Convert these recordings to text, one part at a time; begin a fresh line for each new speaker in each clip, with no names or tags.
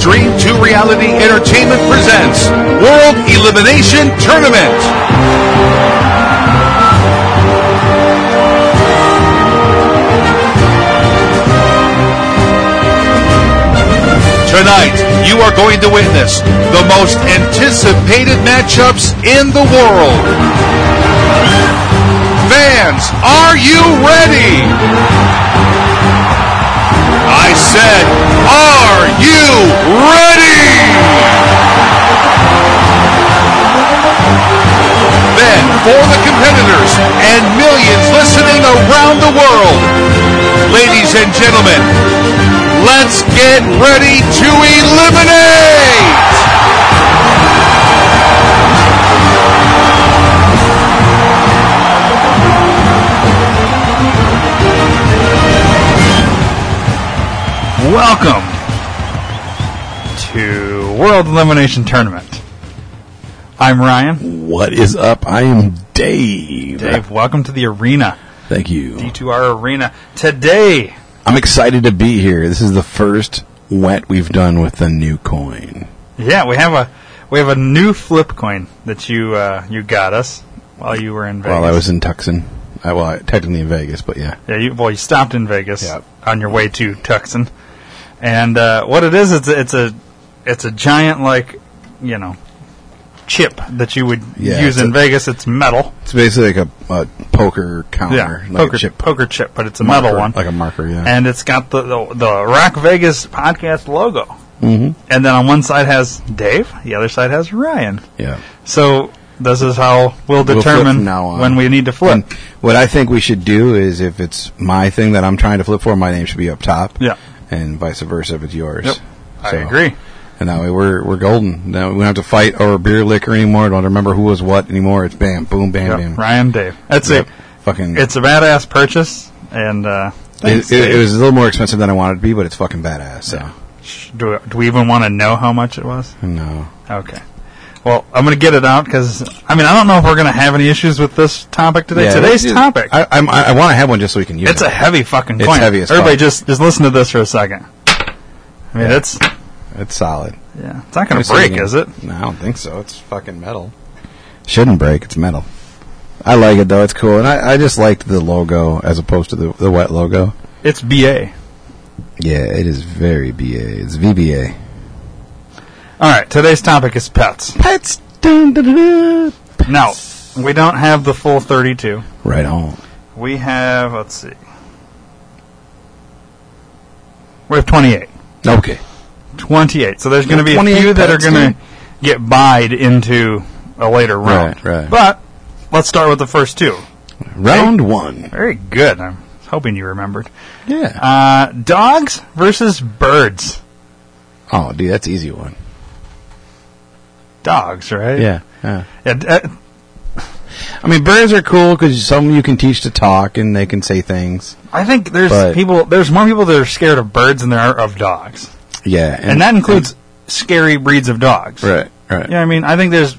Dream 2 Reality Entertainment presents World Elimination Tournament. Tonight, you are going to witness the most anticipated matchups in the world. Fans, are you ready? I said, are you ready? Then, for the competitors and millions listening around the world, ladies and gentlemen, let's get ready to eliminate! Welcome
to World Elimination Tournament. I'm Ryan.
What is up? I am Dave.
Dave, welcome to the arena,
Thank you.
D2R Arena. Today,
I'm excited to be here. This is the first wet we've done with the new coin.
yeah, we have a we have a new flip coin that you uh, you got us while you were in Vegas.
While I was in Tucson. I, well, I, technically in Vegas, but yeah.
yeah, you, well, you stopped in Vegas
Yep.
on your way to Tucson, and uh, what it is, it's a, it's a it's a giant like you know chip that you would
Yeah,
use
it's
in
a-
Vegas. It's metal,
It's basically like a, a poker counter.
yeah,
like
poker
a chip
poker chip, but it's a
marker,
metal one,
Like a marker, yeah.
and it's got the, the the Rock Vegas podcast logo.
Mhm.
And then on one side has Dave, the other side has Ryan.
yeah.
So this is how we'll
flip
determine
from now on.
when we need to flip.
And what I think we should do is if it's my thing that I'm trying to flip for, my name should be up top.
Yeah.
And vice versa if it's yours.
Yep. I
So-
agree.
And that way we're we're golden. Now we don't have to fight over beer liquor anymore. Don't remember who was what anymore. It's bam, boom, bam,
Yep,
bam.
Ryan, Dave. That's
Yep.
it.
Fucking.
It's a badass purchase, and uh,
it,
thanks,
it, it
Dave.
was a little more expensive than I wanted it to be, but it's fucking badass. So
Sh- do, do we even want to know how much it was?
no,
Okay. Well, I'm going to get it out because I mean I don't know if we're going to have any issues with this topic today.
Yeah,
Today's
dude,
topic.
I I'm, I, I want to have one just so we can use
It's
it.
a heavy fucking
It's
coin.
heavy as
Everybody,
fuck.
just just listen to this for a second. I mean, it's
it's solid.
yeah, it's not going
Just
to
so we
break,
can-
is it?
No, I don't think so. It's fucking metal. Shouldn't break. It's metal. I like it though. It's cool, and I, I just liked the logo as opposed to the the wet logo.
It's BA.
Yeah, it is very ba. It's VBA.
All right, today's topic is pets.
Pets. Dun, dun, dun, dun.
Now, we don't have the full 32.
Right on.
We have, let's see. We have 28.
Okay.
28. So there's going to be a
28
few that are
pets,
going
man.
to get buyed into a later round.
Right, right.
But let's start with the first two.
Round one.
Very good. I'm hoping you remembered.
Yeah.
Uh, dogs versus birds.
oh, dude, that's an easy one.
Dogs, right?
yeah.
Yeah, d- uh,
I mean, birds are cool because some you can teach to talk and they can say things.
I think there's
But-
people. There's more people that are scared of birds than there are of dogs,
Yeah,
and, that includes scary breeds of dogs.
right, right.
Yeah, I mean, I think there's.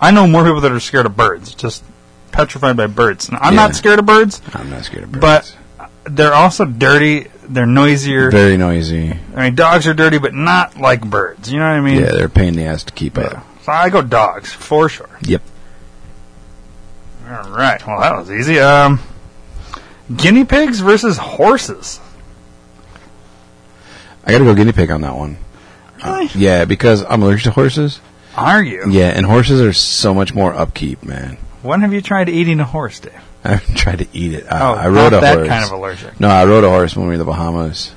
I know more people that are scared of birds, just petrified by birds. And I'm not
Yeah.
scared of birds,
I'm not scared of birds,
but they're also dirty. They're noisier.
very noisy.
I mean, dogs are dirty, but not like birds. You know what I mean?
Yeah, they're a pain in the ass to keep
Yeah.
up.
So I go dogs for sure.
Yep.
All right. Well, that was easy. Um, guinea pigs versus horses.
I got to go guinea pig on that one.
Really?
Yeah, because I'm allergic to horses.
Are you?
Yeah, and horses are so much more upkeep, man.
When have you tried eating a horse, Dave?
I tried to eat it. I,
Oh,
I rode
not
a
that
horse.
kind of allergic.
No, I rode a horse when we were in the Bahamas,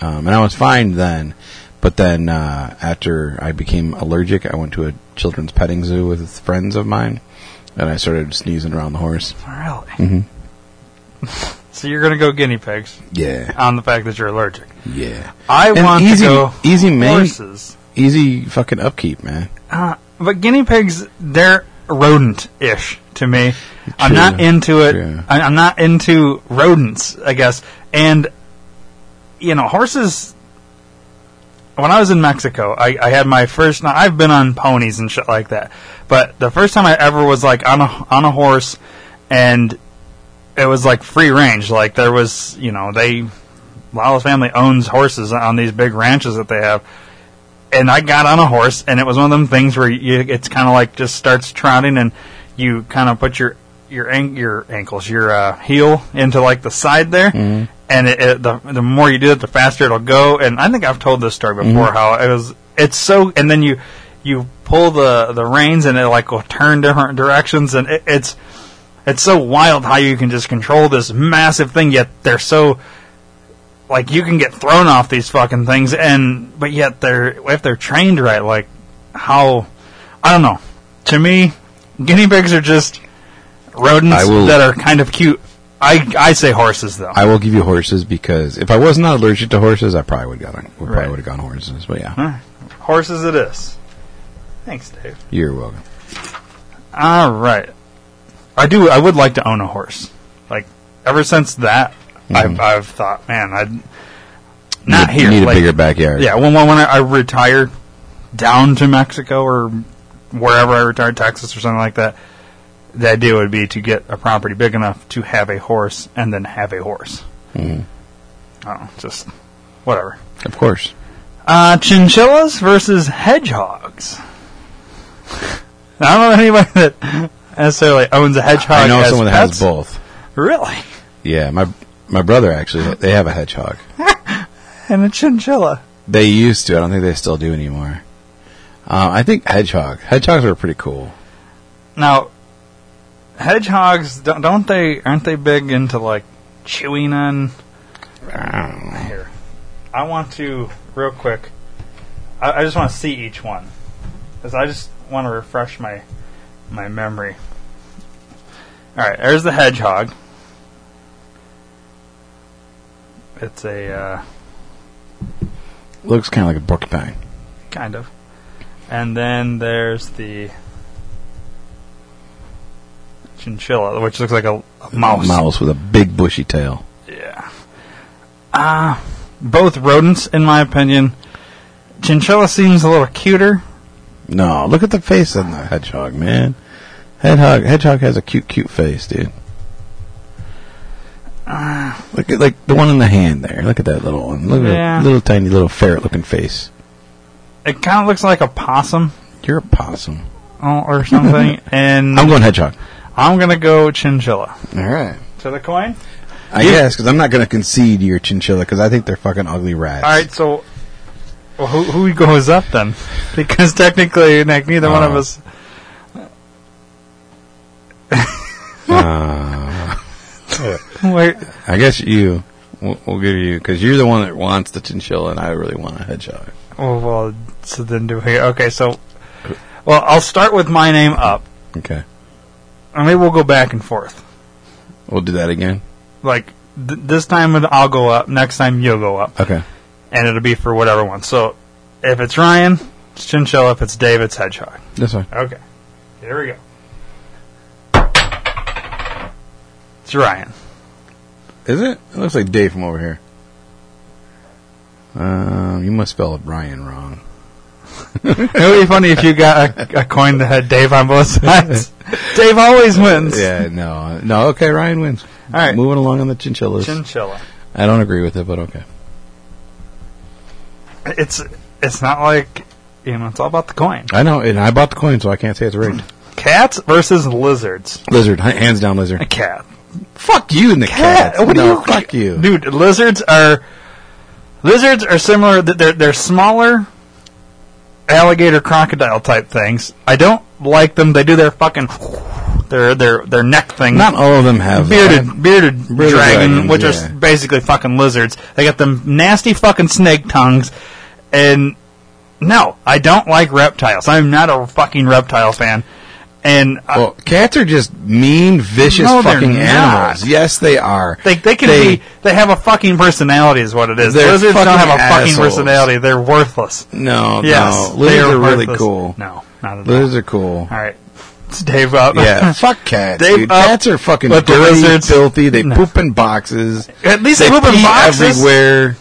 um, and I was fine then. But then uh, after I became allergic, I went to a children's petting zoo with friends of mine, and I started sneezing around the horse.
Really? so you're gonna go guinea pigs
Yeah,
on the fact that you're allergic.
yeah.
I
And
want
easy-
to go
easy main-
horses,
Easy fucking upkeep, man.
uh, but guinea pigs they're rodent-ish to me. I'm
True.
not into it.
True.
I- I'm not into rodents, I guess. And you know, horses. When I was in Mexico, I, I had my first. Now I've been on ponies and shit like that, but the first time I ever was like on a on a horse, and it was like free range. Like there was, you know, they Lala's family owns horses on these big ranches that they have. And I got on a horse, and it was one of them things where you, it's kind of like just starts trotting, and you kind of put your your an- your ankles, your uh, heel into like the side there, and it, it, the the more you do it, the faster it'll go. And I think I've told this story before how it was. It's so, and then you you pull the the reins, and it like will turn different directions, and it, it's it's so wild how you can just control this massive thing, yet they're so like you can get thrown off these fucking things and but yet they're if they're trained right like how i don't know to me guinea pigs are just rodents
I will-
that are kind of cute i i say horses though
I will give you horses because if I was not allergic to horses, I probably would have gone. Would
Right.
probably would have gone horses. But yeah,
horses it is thanks dave
you're welcome.
all right i do i would like to own a horse like ever since that i've i've thought man i'd not
need,
here
Need Mm-hmm. a
like,
bigger backyard.
Yeah, when when, when I, I retire down to Mexico or wherever I retire, Texas or something like that, the idea would be to get a property big enough to have a horse and then have a horse.
Hmm.
Mm. I don't know, just whatever.
of course.
Uh, chinchillas versus hedgehogs. I don't know anybody that necessarily owns a hedgehog.
I know
as
someone that
pets.
has both.
Really,
Yeah, my my brother actually they have a hedgehog.
and a chinchilla.
They used to. I don't think they still do anymore. Uh, I think hedgehog. Hedgehogs are pretty cool.
Now, hedgehogs don't, don't they? Aren't they big into like chewing on?
I don't know.
Here, I want to real quick. I, I just want to see each one, because I just want to refresh my my memory. All right, there's the hedgehog. It's a uh,
Looks kind of like a porcupine.
kind of, and then there's the chinchilla, which looks like a, a mouse.
Mouse with a big bushy tail.
Yeah. Uh, both rodents, in my opinion. Chinchilla seems a little cuter.
No, look at the face on the hedgehog, man. Hedgehog, hedgehog has a cute, cute face, dude. Look at like the one in the hand there. Look at that little one. Look at
Yeah.
that little tiny little ferret looking face.
It kind of looks like a possum
You're a possum.
uh, or something. and
I'm going hedgehog.
I'm going to go chinchilla.
All right.
To the coin?
I guess because I'm not going to concede your chinchilla because I think they're fucking ugly rats.
All right, so well, who, who goes up then? Because technically, like, neither one of
Uh,
us. Wait,
I guess you. We'll, we'll give you because you're the one that wants the chinchilla, and I really want a hedgehog.
oh, well, so then do we. Okay, so. Well, I'll start with my name up.
Okay,
And maybe we'll go back and forth.
we'll do that again.
like th- this time it- I'll go up, next time you'll go up,
Okay,
and it'll be for whatever one. So if it's Ryan, it's Chinchilla. If it's Dave, it's Hedgehog.
that's fine.
Okay, here we go. It's Ryan.
Is it? It looks like Dave from over here. Um, you must spell Ryan wrong.
it would be funny if you got a, a coin that had Dave on both sides. Dave always wins.
Yeah, no, no. Okay, Ryan wins.
All right.
moving along on the chinchillas.
Chinchilla.
I don't agree with it, but okay.
It's it's not like you know. It's all about the coin.
I know, and I bought the coin, so I can't say it's rigged.
Cats versus lizards.
lizard, h- hands down,
A
lizard.
cat.
Fuck you and the
cat.
cat.
What
no,
do you
fuck you.
dude? Lizards are lizards are similar. th- They're they're smaller alligator crocodile type things. I don't like them. They do their fucking their their their neck thing.
Not all of them have
bearded bearded,
Bearded
dragon,
dragon,
which
yeah.
are basically fucking lizards. They got them nasty fucking snake tongues, and no, I don't like reptiles. I'm not a fucking reptile fan. And I-
Well, cats are just mean, vicious
No, they're
fucking
not.
animals. Yes, they are.
They, they can
They-
be. They have a fucking personality, is what it is.
They're
Lizards don't
fucking
have a fucking
assholes.
personality. They're worthless.
no,
yes,
no. Lizards
they
are really
worthless.
cool.
No, not at
Lizards are cool.
all. All right, cats, Dave up.
Yeah, fuck cats.
They-
dude.
uh,
cats are fucking
let the
dirty,
lizards-
filthy. They
No.
poop in boxes.
At least
They
they poop in
pee
boxes.
everywhere.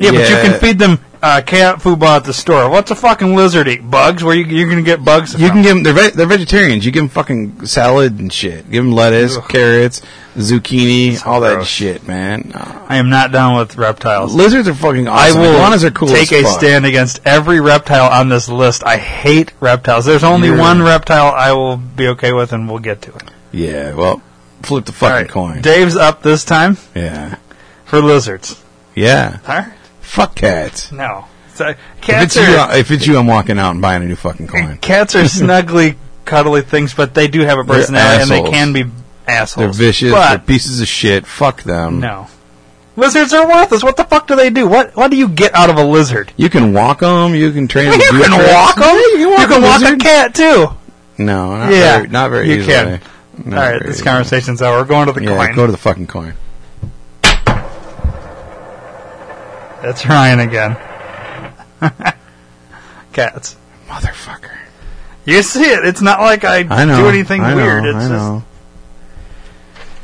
Yeah, but you
Yeah.
can feed them uh, cat foodball at the store. What's a fucking lizard eat? Bugs? Where you, you're going to get bugs?
You
from?
can give them. They're, ve- they're vegetarians. You give them fucking salad and shit. Give them lettuce,
Ugh.
carrots, zucchini, all that
gross.
shit, man. Uh,
I am not down with reptiles.
lizards are fucking
I
awesome.
will
Iguanas are cool.
take
as
a
fuck.
stand against every reptile on this list. I hate reptiles. There's only
Yeah.
one reptile I will be okay with, and we'll get to it.
Yeah. Well, flip the
All
fucking
right,
coin.
Dave's up this time
yeah.
for lizards.
Yeah.
All right,
Fuck cats.
no, so,
If
cats
it's, you,
are
if it's you, I'm walking out and buying a new fucking coin.
cats are snuggly, cuddly things, but they do have a personality, and they
assholes.
can be assholes.
They're vicious.
But
They're pieces of shit. Fuck them.
no, lizards are worthless. What the fuck do they do? What what do you get out of a lizard?
You can walk them. You can train.
You
them to do
can
tricks.
walk them.
Yeah,
You can walk a
lizard.
cat too.
No, not
Yeah,
very, not very
you
easily.
can.
Not
All right,
very
this
easily.
conversation's over. We're going to the
Yeah,
coin.
go to the fucking coin.
That's Ryan again. Cats.
Motherfucker.
You see it. It's not like I,
I know.
do anything
I know,
weird. It's
I know.
just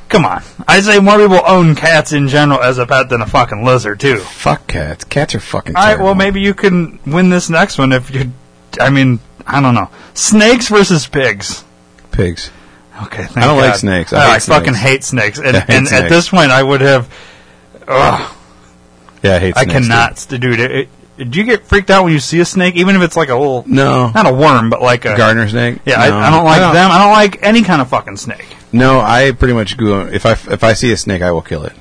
come on. I say more people own cats in general as a pet than a fucking lizard too.
Fuck cats. Cats are fucking.
All right. Well,
terrible.
maybe you can win this next one if you. I mean, I don't know. Snakes versus pigs.
pigs.
Okay, thank
I don't like
God.
snakes. I
Oh,
hate
I fucking
snakes.
hate snakes. And,
I hate
and
snakes.
at this point, I would have. Ugh,
Yeah, I hate.
I
snakes,
cannot, dude. It, it, do you get freaked out when you see a snake, even if it's like a little,
dude. No.
not a worm, but like a
Gardener snake.
Yeah,
No.
I, I don't like them. I don't like any kind of fucking snake.
No, I pretty much go. If I if I see a snake, I will kill it.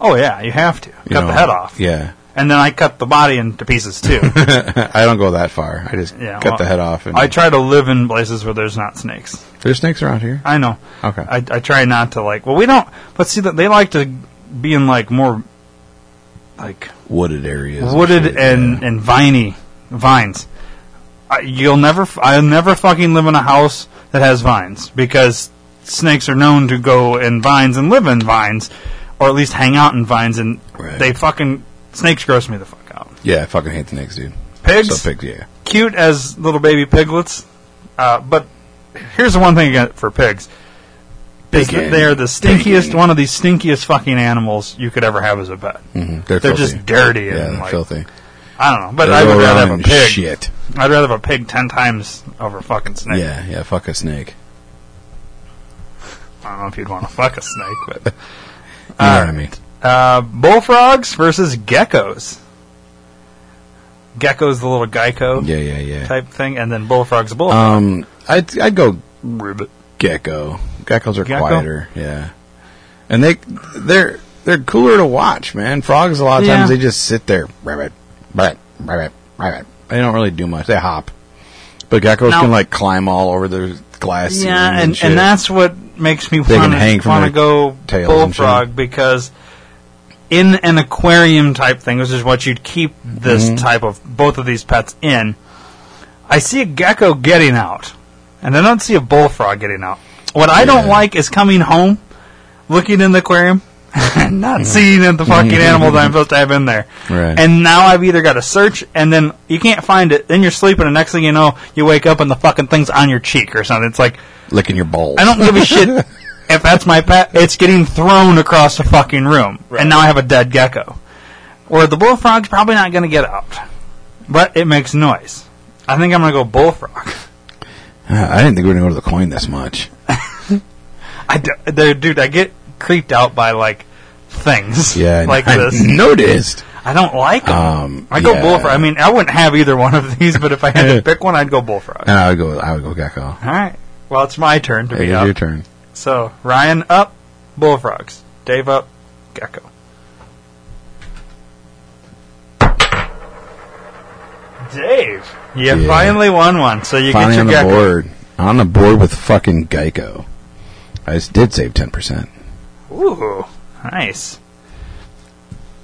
Oh yeah, you have to
you
cut
know?
the head off,
Yeah.
and then I cut the body into pieces too.
I don't go that far. I just
Yeah,
cut
well,
the head off. And
I try to live in places where there's not snakes.
There's snakes around here.
I know.
Okay.
I, I try not to like. Well, we don't. But see that they like to be in like more like
Wooded areas. and
wooded
shit,
and
yeah.
and viney vines. I, you'll never. f- I'll never fucking live in a house that has vines because snakes are known to go in vines and live in vines, or at least hang out in vines. And
Right.
they fucking snakes gross me the fuck out.
yeah, I fucking hate snakes, dude.
Pigs,
So pigs, yeah.
cute as little baby piglets, uh, but here's the one thing again for pigs. Is that
Piggin.
they are the stinkiest,
Piggin.
one of the stinkiest fucking animals you could ever have as a pet.
hmm They're,
They're
filthy.
just dirty
yeah,
and
they're
like
filthy.
I don't know, but
They
I
go
would rather have
around
a
and
pig.
Shit.
I'd rather have a pig ten times over a fucking snake.
Yeah, yeah. Fuck a snake.
I don't know if you'd want to fuck a snake, but
You know
All
what I mean?
uh, bullfrogs versus geckos. Gecko's the little geico
Yeah, yeah, yeah.
type thing, and then bullfrogs, bull.
Um, I'd I'd go
ribbit.
gecko. Geckos are
Gecko?
quieter. Yeah, and they they're they're cooler to watch, man. Frogs a lot of
Yeah.
times they just sit there, rabbit, rabbit, rabbit, rabbit. They don't really do much. They hop, but geckos
Now-
can like climb all over the glass. ceiling
Yeah, and,
shit.
and that's what makes me
They can
want
hang
to
from
want to
their
go
tails and shit.
bullfrog because in an aquarium type thing, which is what you'd keep this
Mm-hmm.
type of both of these pets in. I see a gecko getting out, and I don't see a bullfrog getting out. What I don't
Yeah.
like is coming home, looking in the aquarium, and not seeing that the fucking animal that I'm supposed to have in there.
Mm-hmm. Right.
And now I've either got to search, and then you can't find it. Then you're sleeping, and next thing you know, you wake up and the fucking thing's on your cheek or something. It's like,
licking your balls.
I don't give a shit if that's my pet. It's getting thrown across the fucking room, and now I have a dead gecko. Where the bullfrog's probably not going to get out, but it makes noise. I think I'm going to go bullfrog.
Ah, I didn't think we were gonna go to the coin this much.
I d- there- dude, I get creeped out by like things
Yeah,
like
I
this.
noticed.
I don't like 'em.
Um,
I go
yeah.
bullfrog. I mean, I wouldn't have either one of these, but if I had to pick one, I'd go bullfrog.
And I would go. I would go gecko.
All right. Well, it's my turn to
Hey,
be
it's
up.
your turn.
So Ryan up, bullfrogs. Dave up, gecko. Dave, you
Yeah.
finally won one, so you
Finally
get
on
your
the
gecko.
board. On the board with fucking Geico. I s- did save ten percent.
Ooh, nice.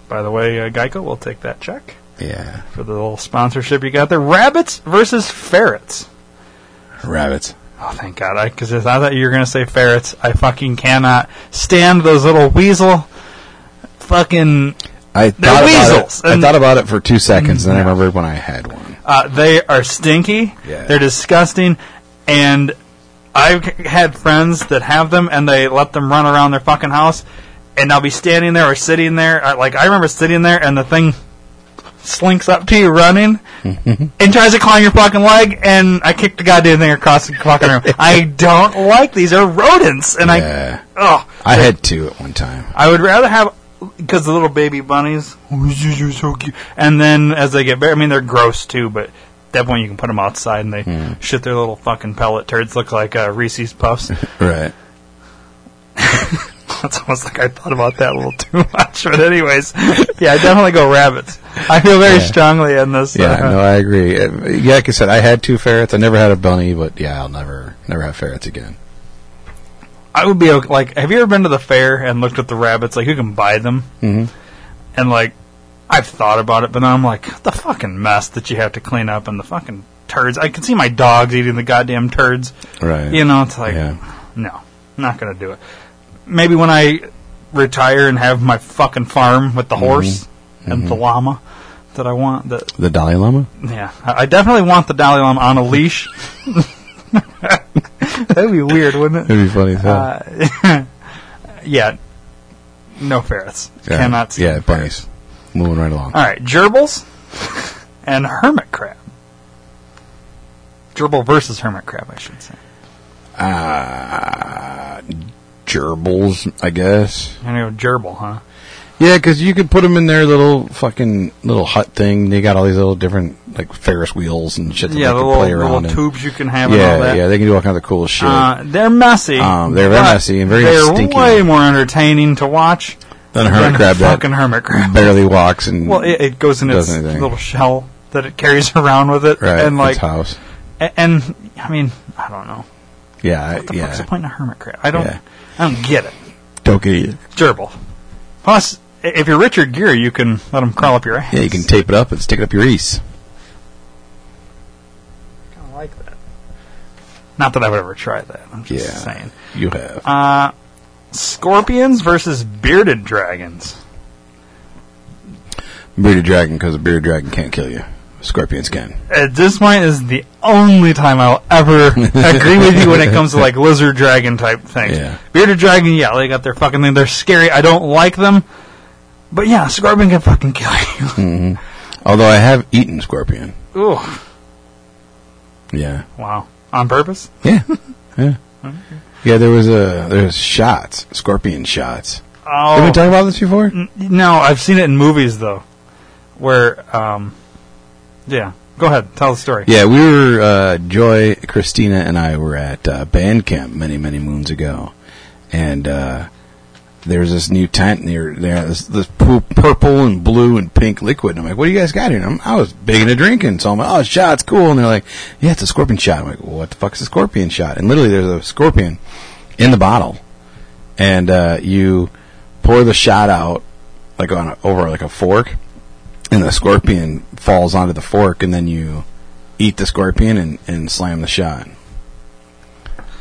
By the way, uh, Geico, we'll take that check
Yeah,
for the little sponsorship you got there. Rabbits versus ferrets.
rabbits.
Oh, thank God. Because I, thought you were going to say ferrets. I fucking cannot stand those little weasel fucking
I thought
weasels,
about it. I
and- Mm-hmm.
thought about it for two seconds, and then I remembered when I had one.
Uh, they are stinky.
Yeah.
They're disgusting, and I've c- had friends that have them and they let them run around their fucking house, and I'll be standing there or sitting there. I, like I remember sitting there and the thing slinks up to you running and tries to climb your fucking leg, and I kicked the goddamn thing across the fucking room. I don't like these. They're rodents, and
Yeah.
I oh,
I had two at one time.
I would rather have because the little baby bunnies, "Oh, you're so cute. And then as they get bigger, I mean they're gross too, but at that point you can put them outside and they
Hmm.
shit their little fucking pellet turds look like uh, Reese's Puffs.
Right.
That's almost like I thought about that a little too much. But anyways, yeah, I definitely go rabbits. I feel very
Yeah.
strongly in this.
Yeah,
uh,
no, I agree. Uh, Yeah, like I said, I had two ferrets. I never had a bunny, but yeah, I'll never, never have ferrets again.
I would be okay. like, have you ever been to the fair and looked at the rabbits? Like, you can buy them,
Mhm.
and like, I've thought about it, but now I'm like, the fucking mess that you have to clean up and the fucking turds. I can see my dogs eating the goddamn turds.
Right.
You know, it's like,
Yeah.
no, not gonna do it. Maybe when I retire and have my fucking farm with the horse and the llama that I want, that
The Dalai Lama.
yeah, I I definitely want the Dalai Lama on a leash. That'd be weird, wouldn't it?
It'd be funny. as hell.
Uh, yeah, no ferrets.
yeah.
Cannot. Uh, see
Yeah,
them.
bunnies. Moving right along.
All right, gerbils and hermit crab. Gerbil versus hermit crab, I should say.
Uh, Gerbils, I guess.
I know gerbil, huh?
Yeah, because you could put them in their little fucking little hut thing. They got all these little different like Ferris wheels and shit that
yeah,
they
the
can
little,
play around.
little
in.
tubes you can have and all
yeah,
that.
yeah, they can do all kinds of cool shit.
Uh, they're messy.
Um, they're very
but
messy and very
They're
stinky.
way more entertaining to watch
Then a hermit
than
crab that
fucking hermit crab.
barely walks and
Well, it, it goes in its
Doesn't anything.
little shell that it carries around with it,
right
and like,
its house.
a- and I mean, I don't know.
Yeah,
What the fuck's the
yeah.
point of hermit crab? I don't,
Yeah.
I don't get it.
Don't get it.
Gerbil. Plus, i- if you're Richard Gere, you can let him crawl up your ass.
Yeah, you can tape it up and stick it up your ease.
I like that. Not that I would ever try that. I'm just
Yeah.
saying.
You have.
Uh, scorpions versus bearded dragons.
bearded dragon because a bearded dragon can't kill you. Scorpions can.
At this point, is the only time I'll ever agree with you when it comes to like lizard dragon type things.
Yeah.
Bearded dragon, yeah, they got their fucking thing. They're scary. I don't like them, but yeah, scorpion can fucking kill you.
Although I have eaten scorpion.
Ooh,
Yeah.
wow, on purpose.
Yeah. Yeah. Yeah, there was a there was shots, scorpion shots.
Oh,
Have we talked about this before?
N- no, I've seen it in movies though, where um, yeah. Go ahead, tell the story.
Yeah, we were uh, Joy, Christina, and I were at uh, band camp many, many moons ago, and uh, there was this new tent, and there, there was this pu- purple and blue and pink liquid. And I'm like, "What do you guys got here?" And I'm, I was big into drinking, so I'm like, "Oh, shot's cool." And they're like, "Yeah, it's a scorpion shot." I'm like, "What the fuck's a scorpion shot?" And literally, there's a scorpion in the bottle, and uh, you pour the shot out like on a, over like a fork, and the scorpion falls onto the fork, and then you eat the scorpion and, and slam the shot.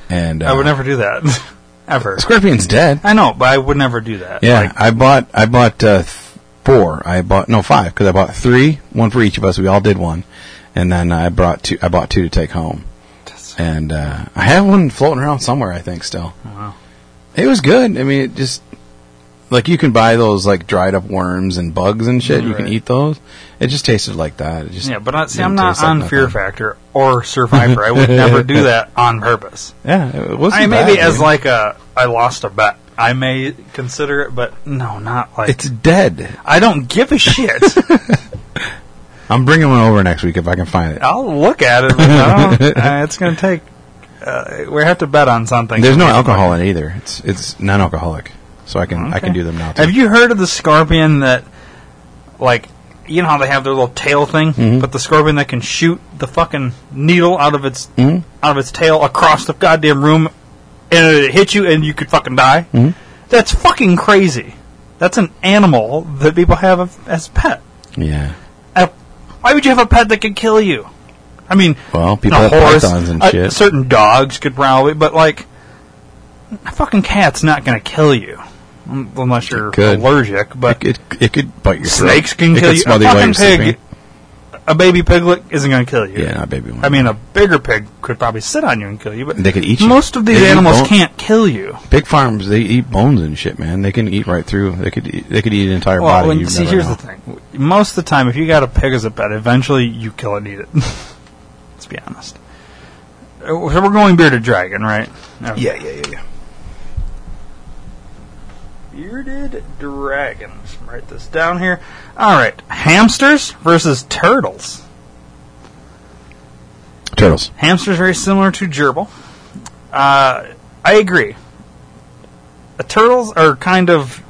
And uh,
I would never do that ever.
the scorpion's dead.
I know, but I would never do that.
Yeah,
Like,
I bought I bought uh, th- four. I bought no five because I bought three, one for each of us. We all did one, and then I brought two. I bought two to take home,
that's-
and uh, I have one floating around somewhere. I think still.
Oh, wow.
It was good. I mean, it just like you can buy those like dried up worms and bugs and shit. You can
Mm, Right.
eat those. It just tasted like that. It just
Yeah, but I, see,
didn't
I'm not
taste like
on
nothing.
Fear Factor or Survivor. I would never do that on purpose.
Yeah, it wasn't
I maybe
bad,
as
dude.
like a I lost a bet. I may consider it, but no, not like
it's dead.
I don't give a shit.
I'm bringing one over next week if I can find it.
I'll look at it. But I don't, uh, it's going to take. Uh, we have to bet on something.
There's no alcohol in it either. It's it's non-alcoholic, so I can I can
Okay.
do them now. Too.
Have you heard of the scorpion that, like, you know how they have their little tail thing,
Mm-hmm.
but the scorpion that can shoot the fucking needle out of its
Mm-hmm.
out of its tail across the goddamn room, and it hit you, and you could fucking die.
Mm-hmm.
That's fucking crazy. That's an animal that people have a- as pet.
Yeah.
Uh, Why would you have a pet that could kill you? I mean,
Well, people
a
have
horse,
pythons and
uh,
shit.
Certain dogs could probably, but like, a fucking cat's not going to kill you un- unless you're
could.
allergic. But
It, it, it could bite your throat.
snakes can
it
kill
could
you. A
smother you while
fucking
you're
pig.
sleeping.
a baby piglet isn't going to kill you.
Yeah, not baby one.
I mean, a bigger pig could probably sit on you and kill you, but
They could eat you.
most of these
They eat
animals
bone-
can't kill you.
Big farms, they eat bones and shit, man. They can eat right through. They could eat, they could eat an entire
Well,
body.
and
You'd
see,
never
here's
know.
the thing. Most of the time, if you got a pig as a pet, eventually you kill and eat it. Let's be honest. Uh, So we're going bearded dragon, right? Okay.
Yeah, yeah, yeah, yeah.
Bearded dragon. Let's write this down here. All right. Hamsters versus turtles.
Turtles.
Hamster's very similar to gerbil. Uh, I agree. Uh, turtles are kind of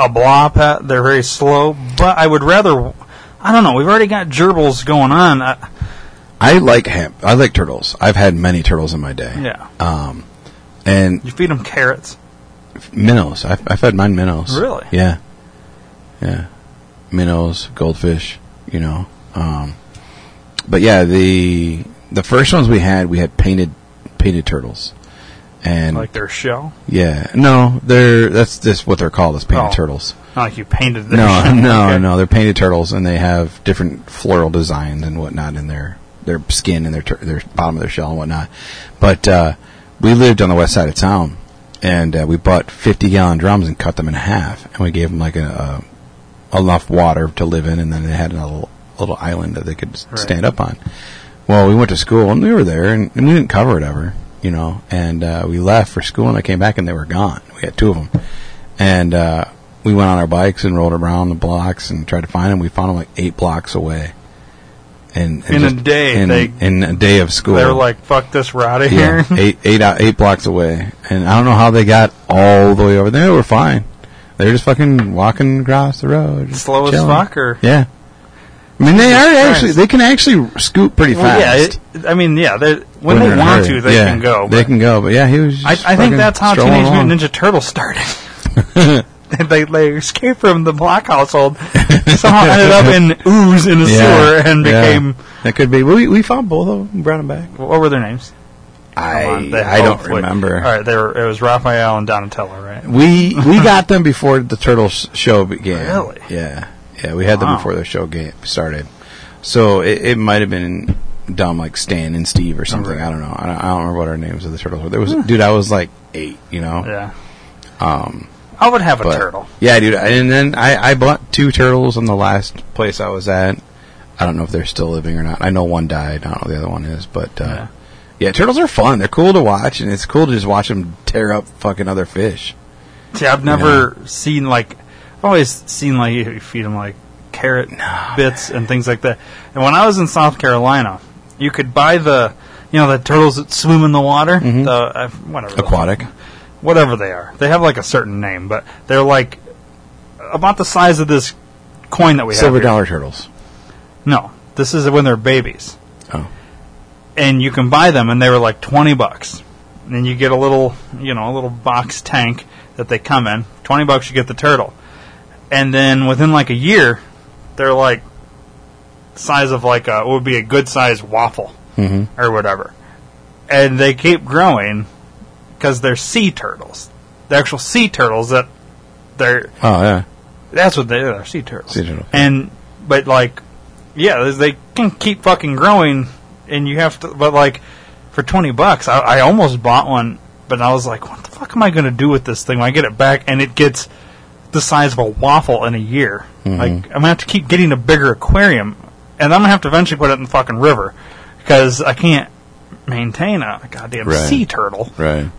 a blah pet. They're very slow, but I would rather. I don't know. We've already got gerbils going on. Uh,
I like ham. I like turtles. I've had many turtles in my day.
yeah.
Um, and
You feed them carrots.
minnows. I've, I've had mine minnows.
Really?
Yeah. Yeah. Minnows, goldfish, you know. Um, but yeah, the the first ones we had, we had painted painted turtles. And
Like their shell.
yeah, no, they're that's just what they're called is painted
Oh.
turtles.
Not like you painted their
No,
shell.
no,
Okay.
no, they're painted turtles and they have different floral designs and whatnot in their their skin and their tur- their bottom of their shell and whatnot. But uh, we lived on the west side of town, and uh, we bought fifty gallon drums and cut them in half, and we gave them like a, a enough water to live in, and then they had a little, little island that they could s-
Right.
stand up on. Well, we went to school and we were there, and, and we didn't cover it ever, you know. And uh, we left for school, and I came back, and they were gone. We had two of them, and uh, we went on our bikes and rolled around the blocks and tried to find them. We found them like eight blocks away. And, and
In a day,
in,
they-
in a day of school,
They were like, "Fuck this, we're out of
yeah,
here."
eight eight out eight blocks away, and I don't know how they got all the way over there. They were fine. They were just fucking walking across the road, just
Slow as
chilling.
fuck, or-
yeah. I mean, they
Jesus
are actually
Christ.
they can actually scoot pretty
Well,
fast.
yeah. It, I mean, yeah. they're- When,
they're
they
in a
want
hurry.
to, they
Yeah,
can go.
They
but-
can go, but yeah, he was.
I,
Just
I think
fucking
that's how
strolling
Teenage
along.
Mutant Ninja Turtles started. they they escaped from the Black household, somehow ended up in ooze in the
yeah,
sewer, and
yeah.
became
That could be. We we found both of them, brought them back.
what were their names? Come
I
on, they-
I don't
hopefully-
remember.
All right, they were, it was Raphael and Donatello, right?
We we got them before the Turtles show began.
Really?
Yeah, yeah. We had them
Wow.
before the show game started. So it, it might have been dumb, like Stan and Steve or something. I don't know. I don't, I don't remember what our names of the turtles were. There was dude. I was like eight. You know.
Yeah. Um, I would have a
But-
turtle.
Yeah, dude. And then I I bought two turtles in the last place I was at. I don't know if they're still living or not. I know one died. I don't know what the other one is, but. Uh,
Yeah.
yeah. turtles are fun. They're cool to watch, and it's cool to just watch them tear up fucking other fish.
See, I've never seen like I've always seen like you feed them like carrot bits and things like that. And when I was in South Carolina, you could buy the you know the turtles that swim in the water, the uh, whatever the-
Mm-hmm. Aquatic.
whatever they are. They have like a certain name, but they're like about the size of this coin that we
Silver
have. here.
dollar turtles.
No, this is when they're babies,
Oh.
and you can buy them, and they were like twenty bucks. And then you get a little, you know, a little box tank that they come in. Twenty bucks, you get the turtle, and then within like a year, they're like size of like a what would be a good sized waffle
Mm-hmm.
or whatever, and they keep growing because they're sea turtles, the actual sea turtles that they're
Oh yeah.
That's what they are, sea turtles.
Sea turtles.
And but like, yeah, they can keep fucking growing, and you have to. But like, for twenty bucks, I, I almost bought one, but I was like, what the fuck am I gonna do with this thing when I get it back? And it gets the size of a waffle in a year.
Mm-hmm.
Like, I'm gonna have to keep getting a bigger aquarium, and I'm gonna have to eventually put it in the fucking river because I can't maintain a goddamn
Right.
sea turtle
Right.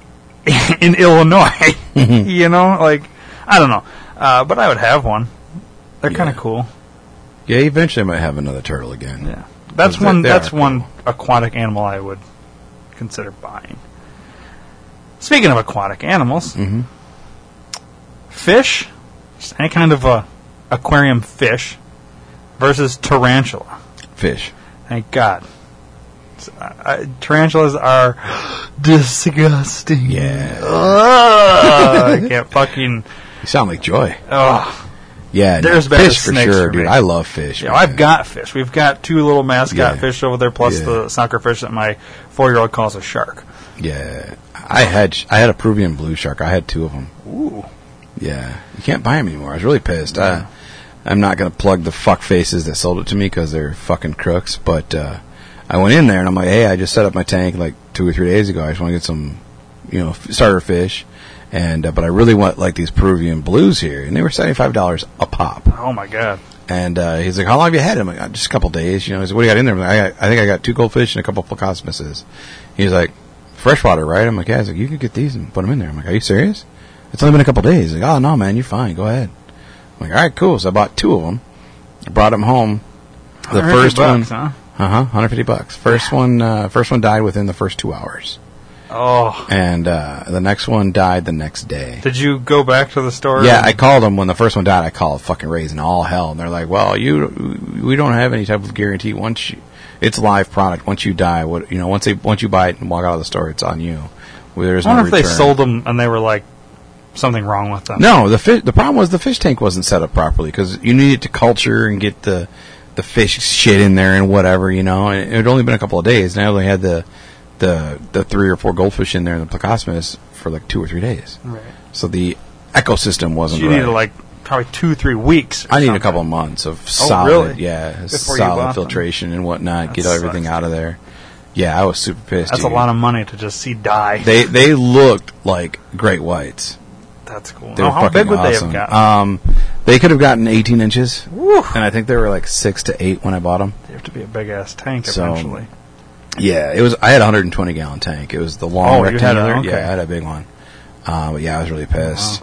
in Illinois.
Mm-hmm.
you know, like I don't know, uh, but I would have one. They're kind of
Yeah.
cool.
Yeah, eventually I might have another turtle again.
Yeah, that's
They-
one.
they
that's
are
one aquatic animal I would consider buying. Speaking of aquatic animals,
Mm-hmm.
fish, just any kind of a aquarium fish, versus tarantula.
Fish.
Thank God. So, I- I- tarantulas are disgusting.
Yeah.
Ugh, I can't fucking.
You sound like Joy.
Ugh.
Yeah, no,
There's better
fish for
snakes
sure,
for
dude.
me.
I love fish.
Yeah,
man.
I've got fish. We've got two little mascot
Yeah.
fish over there, plus
Yeah.
the sucker fish that my four-year-old calls a shark.
Yeah, I had sh- I had a Peruvian blue shark. I had two of them.
Ooh,
Yeah, you can't buy them anymore. I was really pissed. Uh, I'm not going to plug the fuck faces that sold it to me because they're fucking crooks. But uh, I went in there and I'm like, hey, I just set up my tank like two or three days ago. I just want to get some, you know, f- starter fish. And uh, but I really want like these Peruvian blues here, and they were seventy five dollars a pop.
Oh my god.
And uh, he's like, "How long have you had it?" I'm like, "Uh, "Just a couple days." You know, he's like, "What do you got in there?" I'm like, I, got, I think I got two goldfish and a couple of cosmoses. He's like, "Freshwater, right?" I'm like, "Yeah." He's like, "You can get these and put them in there." I'm like, "Are you serious?" It's only been a couple days. He's like, "Oh no, man, you're fine. Go ahead." I'm like, "All right, cool." So I bought two of them. I brought them home. The
150
first
bucks,
one,
huh?
uh huh, 150 bucks. First one, uh, first one died within the first two hours,
Oh,
and uh, the next one died the next day.
did you go back to the store?
Yeah,
and-
I called them when the first one died. I called fucking raising all hell, and they're like, "Well, you, we don't have any type of guarantee. Once you, it's live product. Once you die, what you know, once they, once you buy it and walk out of the store, it's on you. Well, There's
I wonder
no
if they
return.
sold them and they were like something wrong with them.
No, the fish, the problem was the fish tank wasn't set up properly because you needed to culture and get the the fish shit in there and whatever you know. And it had only been a couple of days, and I only had the the the three or four goldfish in there in the placosmus for like two or three days.
Right.
So the ecosystem
So
wasn't.
you
right.
needed like probably two, three weeks. or
I need a
something. Oh,
couple of months of solid,
really?
yeah,
Before you bought
solid
them?
filtration and whatnot.
That
get everything
sucks,
out of there. Yeah, I was super pissed.
That's a
dude.
lot of money to just see die.
They they looked like great whites.
That's cool.
They
Now,
were
how
fucking
big would
awesome.
they have got?
Um, they could have gotten 18 inches,
Woo.
and I think they were like six to eight when I bought them.
They have to be a big ass tank
so-
eventually.
Yeah, it was. I had a 120 gallon tank. It was the long
Oh, you had a-
rectangular.
okay.
Yeah, I had a big one. Uh, but yeah, I was really pissed.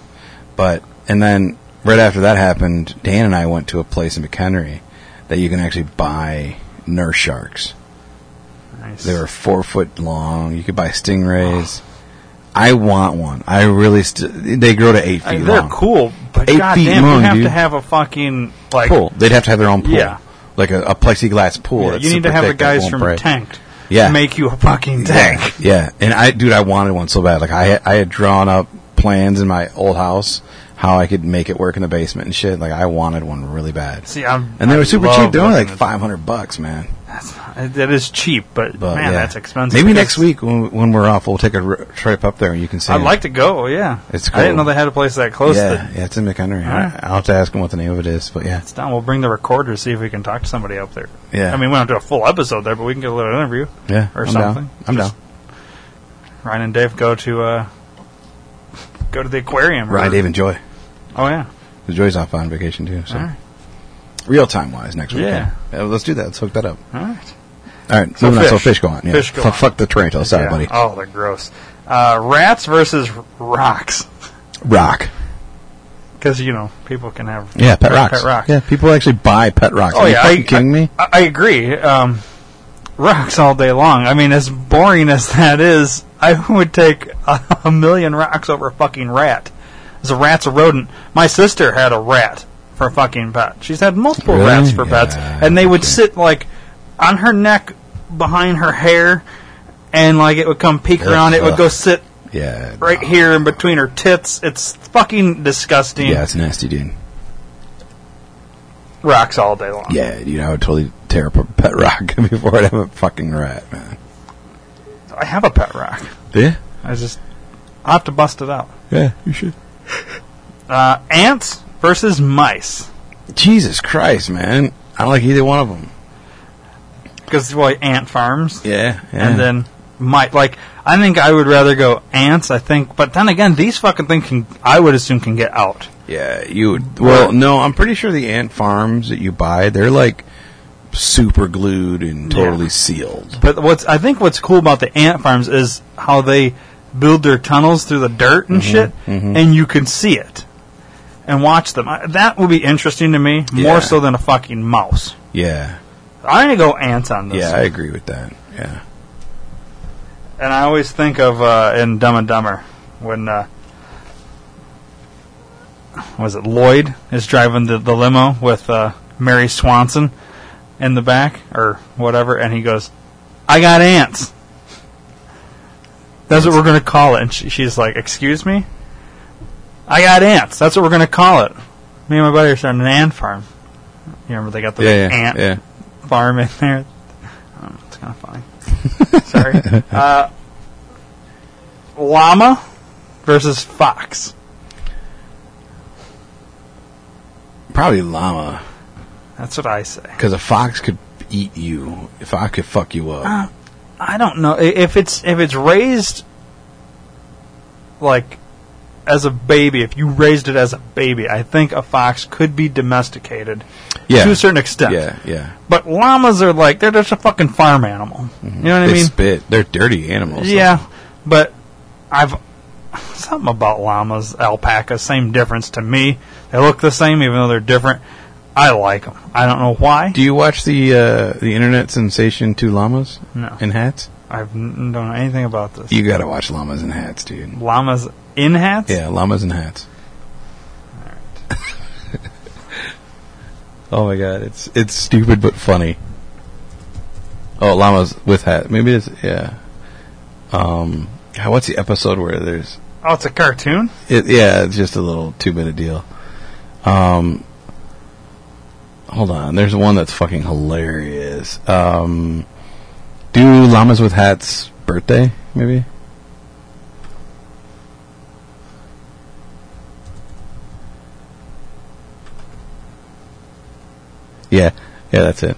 But and then right after that happened, Dan and I went to a place in McHenry that you can actually buy nurse sharks.
nice.
They were four foot long. You could buy stingrays. I want one. I really. St- they grow to eight feet
I- they're
long.
cool, but
Eight
goddamn,
feet
you
long,
have
dude.
to have a fucking like.
Pool. They'd have to have their own pool.
Yeah.
Like a, a plexiglass pool.
Yeah,
that's
you need
super
to have the
thick that
guys
won't
from
break.
Tanked.
Yeah.
Make you a fucking tank.
Yeah, yeah. And I, dude, I wanted one so bad. Like I, had- I had drawn up plans in my old house how I could make it work in the basement and shit. Like I wanted one really bad.
See, I'm,
And they
I
were super
love
cheap. They were
looking
like
at-
five hundred bucks, man.
That's, that is cheap, but,
But
man,
yeah.
that's expensive.
Maybe
Because
next week when, when we're off, we'll take a r- trip up there and you can see.
I'd
it.
like to go. Yeah,
It's
I didn't know
cool.
they had a place that close.
yeah,
That,
yeah, it's in McHenry.
All right.
I, I'll have to ask him what the name of it is, but yeah,
it's down. We'll bring the recorder see if we can talk to somebody up there.
Yeah.
I mean, we don't do a full episode there, but we can get a little interview.
yeah,
Or
I'm
something.
Down. I'm
Just
down.
Ryan and Dave go to uh, go to the aquarium. or-
Ryan, Dave, and Joy.
Oh yeah.
The Joy's off on vacation too. So
All right.
real time wise, next
Yeah.
weekend. Yeah, let's do that. Let's hook that up.
All right.
All right,
So
moving on. So
fish.
fish go on. Yeah.
Fish go
fuck,
on.
fuck the tarantula. Sorry,
Yeah.
buddy.
Oh, they're gross. Uh, rats versus rocks,
Rock.
because you know people can have
Yeah, pet rocks. Oh,
Pet rocks. Oh,
Yeah, people actually buy pet rocks. Are you
I-
fucking kidding
I,
me?
I, I agree. Um, rocks all day long. I mean, as boring as that is, I would take a, a million rocks over a fucking rat. 'Cause a rat's a rodent. My sister had a rat for a fucking pet. She's had multiple
Really?
rats for pets,
Yeah,
and they would
okay.
sit like on her neck, behind her hair, and like it would come peek around. It would go
Ugh.
sit
Yeah.
right
no.
here in between her tits. It's fucking disgusting.
Yeah, it's nasty, dude.
Rocks all day long.
Yeah, dude, I would totally tear up a pet rock before I'd have a fucking rat, man.
I have a pet rock.
Yeah?
I just I have to bust it out.
Yeah, you should.
Uh, ants versus mice.
Jesus Christ, man. I don't like either one of them.
Because well, ant farms,
Yeah. yeah.
and then mice. Like I think I would rather go ants. I think, but then again, these fucking things can I would assume can get out.
Yeah, you would. Well, no, I'm pretty sure the ant farms that you buy, they're like super glued and totally
Yeah.
sealed.
But what's I think what's cool about the ant farms is how they build their tunnels through the dirt and shit, and you can see it and watch them. I, that would be interesting to me
Yeah.
more so than a fucking mouse.
Yeah.
I'm gonna go ants on this.
Yeah, I agree with that. Yeah.
And I always think of uh, in Dumb and Dumber when uh, was it Lloyd is driving the, the limo with uh, Mary Swanson in the back or whatever, and he goes, "I got ants." That's what we're gonna call it. And she, she's like, "Excuse me, I got ants." That's what we're gonna call it. Me and my buddy are starting an ant farm. You remember they got the
Yeah,
big
yeah.
ant
Yeah.
farm in there. Um, it's kind of funny. Sorry. Uh, llama versus fox.
Probably llama,
That's what I say.
because a fox could eat you. A fox could fuck you up.
I don't know I- if it's if it's raised like as a baby. If you raised it as a baby, I think a fox could be domesticated
yeah,
to a certain extent.
yeah, yeah.
But llamas are like they're just a fucking farm animal. You know what I
they
mean?
spit. They're dirty animals.
Yeah, but I've something about llamas, alpacas, same difference to me. They look the same, even though they're different. I like them. I don't know why.
Do you watch the uh, the internet sensation two llamas
No,
in hats?
I don't know anything about this.
You gotta watch llamas in hats, dude.
llamas in hats.
Yeah, llamas in hats. oh my god, it's it's stupid but funny. Oh, llamas with hat. Maybe it's yeah. Um, God, what's the episode where there's
Oh, it's a cartoon.
it, yeah, it's just a little two minute deal. Um, hold on, there's one that's fucking hilarious. Um, do llamas with hats birthday maybe? Yeah, yeah, that's it.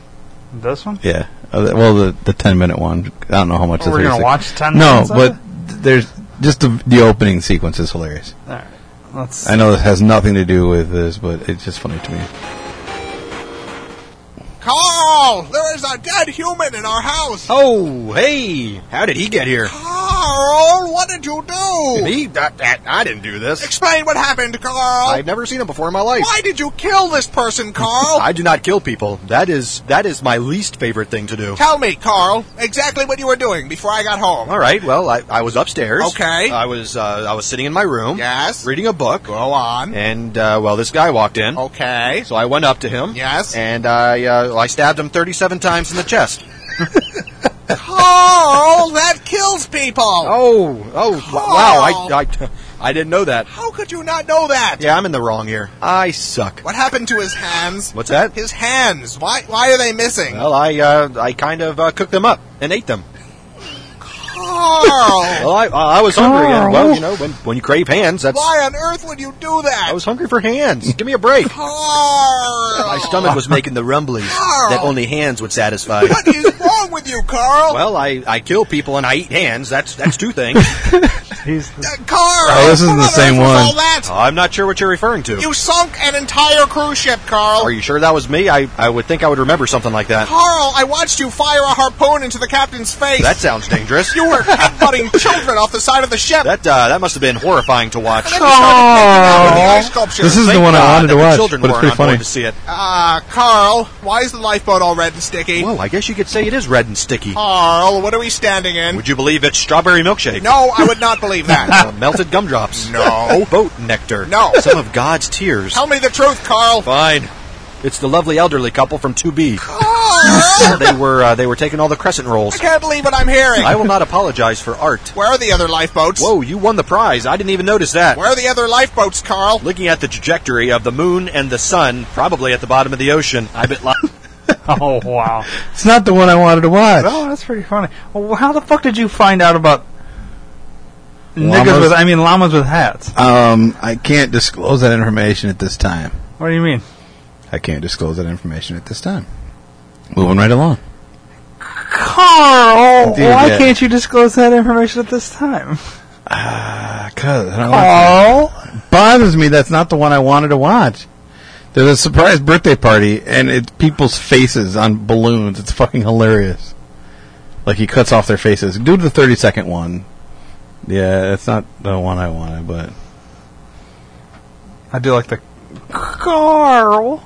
This one.
Yeah, Uh, th- well, the the ten minute one. I don't know how much. the
We're gonna
36
watch ten
No,
minutes of
but
it?
th- there's just the the opening sequence is hilarious.
All right. Let's.
I know this has nothing to do with this, but it's just funny to me.
Carl, there is a dead human in our house.
Oh, hey! How did he get here?
Carl, what did you do?
Me? I, I, I didn't do this.
Explain what happened, Carl.
I've never seen him before in my life.
Why did you kill this person, Carl?
I do not kill people. That is that is my least favorite thing to do.
Tell me, Carl, exactly what you were doing before I got home.
All right. Well, I, I was upstairs.
Okay.
I was uh, I was sitting in my room.
Yes.
Reading a book,
Go on.
and uh, well, this guy walked in.
Okay.
So I went up to him.
Oh. Yes.
And I uh, I stabbed him 37 times in the chest.
Carl, that kills people.
Oh, oh, w-
Carl.
wow! I, I I didn't know that.
How could you not know that?
Yeah, I'm in the wrong here. I suck.
What happened to his hands?
What's that?
His hands. Why? Why are they missing?
Well, I uh, I kind of uh, cooked them up and ate them.
Carl,
Well, I, I was hungry, and well,
Carl.
you know, when, when you crave hands, that's.
why on earth would you do that?
I was hungry for hands. Give me a break.
Carl.
My stomach was making the rumblies
Carl.
that only hands would satisfy.
What is wrong with you, Carl?
Well, I, I kill people and I eat hands. That's that's two things.
He's-
Uh, Carl.
Oh, this is
what
the
on
same
earth was
one.
All that.
I'm not sure what you're referring to.
You sunk an entire cruise ship, Carl.
Are you sure that was me? I, I would think I would remember something like that.
Carl, I watched you fire a harpoon into the captain's face.
That sounds dangerous.
you were headbutting children off the side of the ship.
That uh, that must have been horrifying to watch.
And then you started making out with the ice sculpture.
This is the
Thank
one
God
I wanted
that
to
the
watch,
Children
but it's
weren't
pretty
on board
funny.
to see it.
Ah, Carl, why is the lifeboat all red and sticky?
Well, I guess you could say it is red and sticky.
Carl, what are we standing in?
Would you believe it's strawberry milkshake?
No, I would not believe that.
Uh, melted gumdrops. Oh,
No.
Boat nectar.
No.
Some of God's tears.
Tell me the truth, Carl.
Fine. It's the lovely elderly couple from 2B.
Carl!
they were uh, they were taking all the crescent
I
rolls.
can't believe what I'm hearing.
I will not apologize for art.
Where are the other lifeboats?
Whoa, you won the prize. I didn't even notice that.
Where are the other lifeboats, Carl?
Looking at the trajectory of the moon and the sun, probably at the bottom of the ocean, I bet. Li-
oh wow.
It's not the one I wanted to watch.
Oh, that's pretty funny. Well, how the fuck did you find out about niggas
Llamas?
with? I mean, llamas with hats.
Um, I can't disclose that information at this time.
What do you mean?
I can't disclose that information at this time. Moving right along.
Carl,
Dude,
why
yeah.
can't you disclose that information at this time?
Ah, cause I don't like
Oh,
it. bothers me. That's not the one I wanted to watch. There's a surprise birthday party, and it's people's faces on balloons. It's fucking hilarious. Like he cuts off their faces. Do the thirty second one. Yeah, that's not the one I wanted, but
I do like the Carl.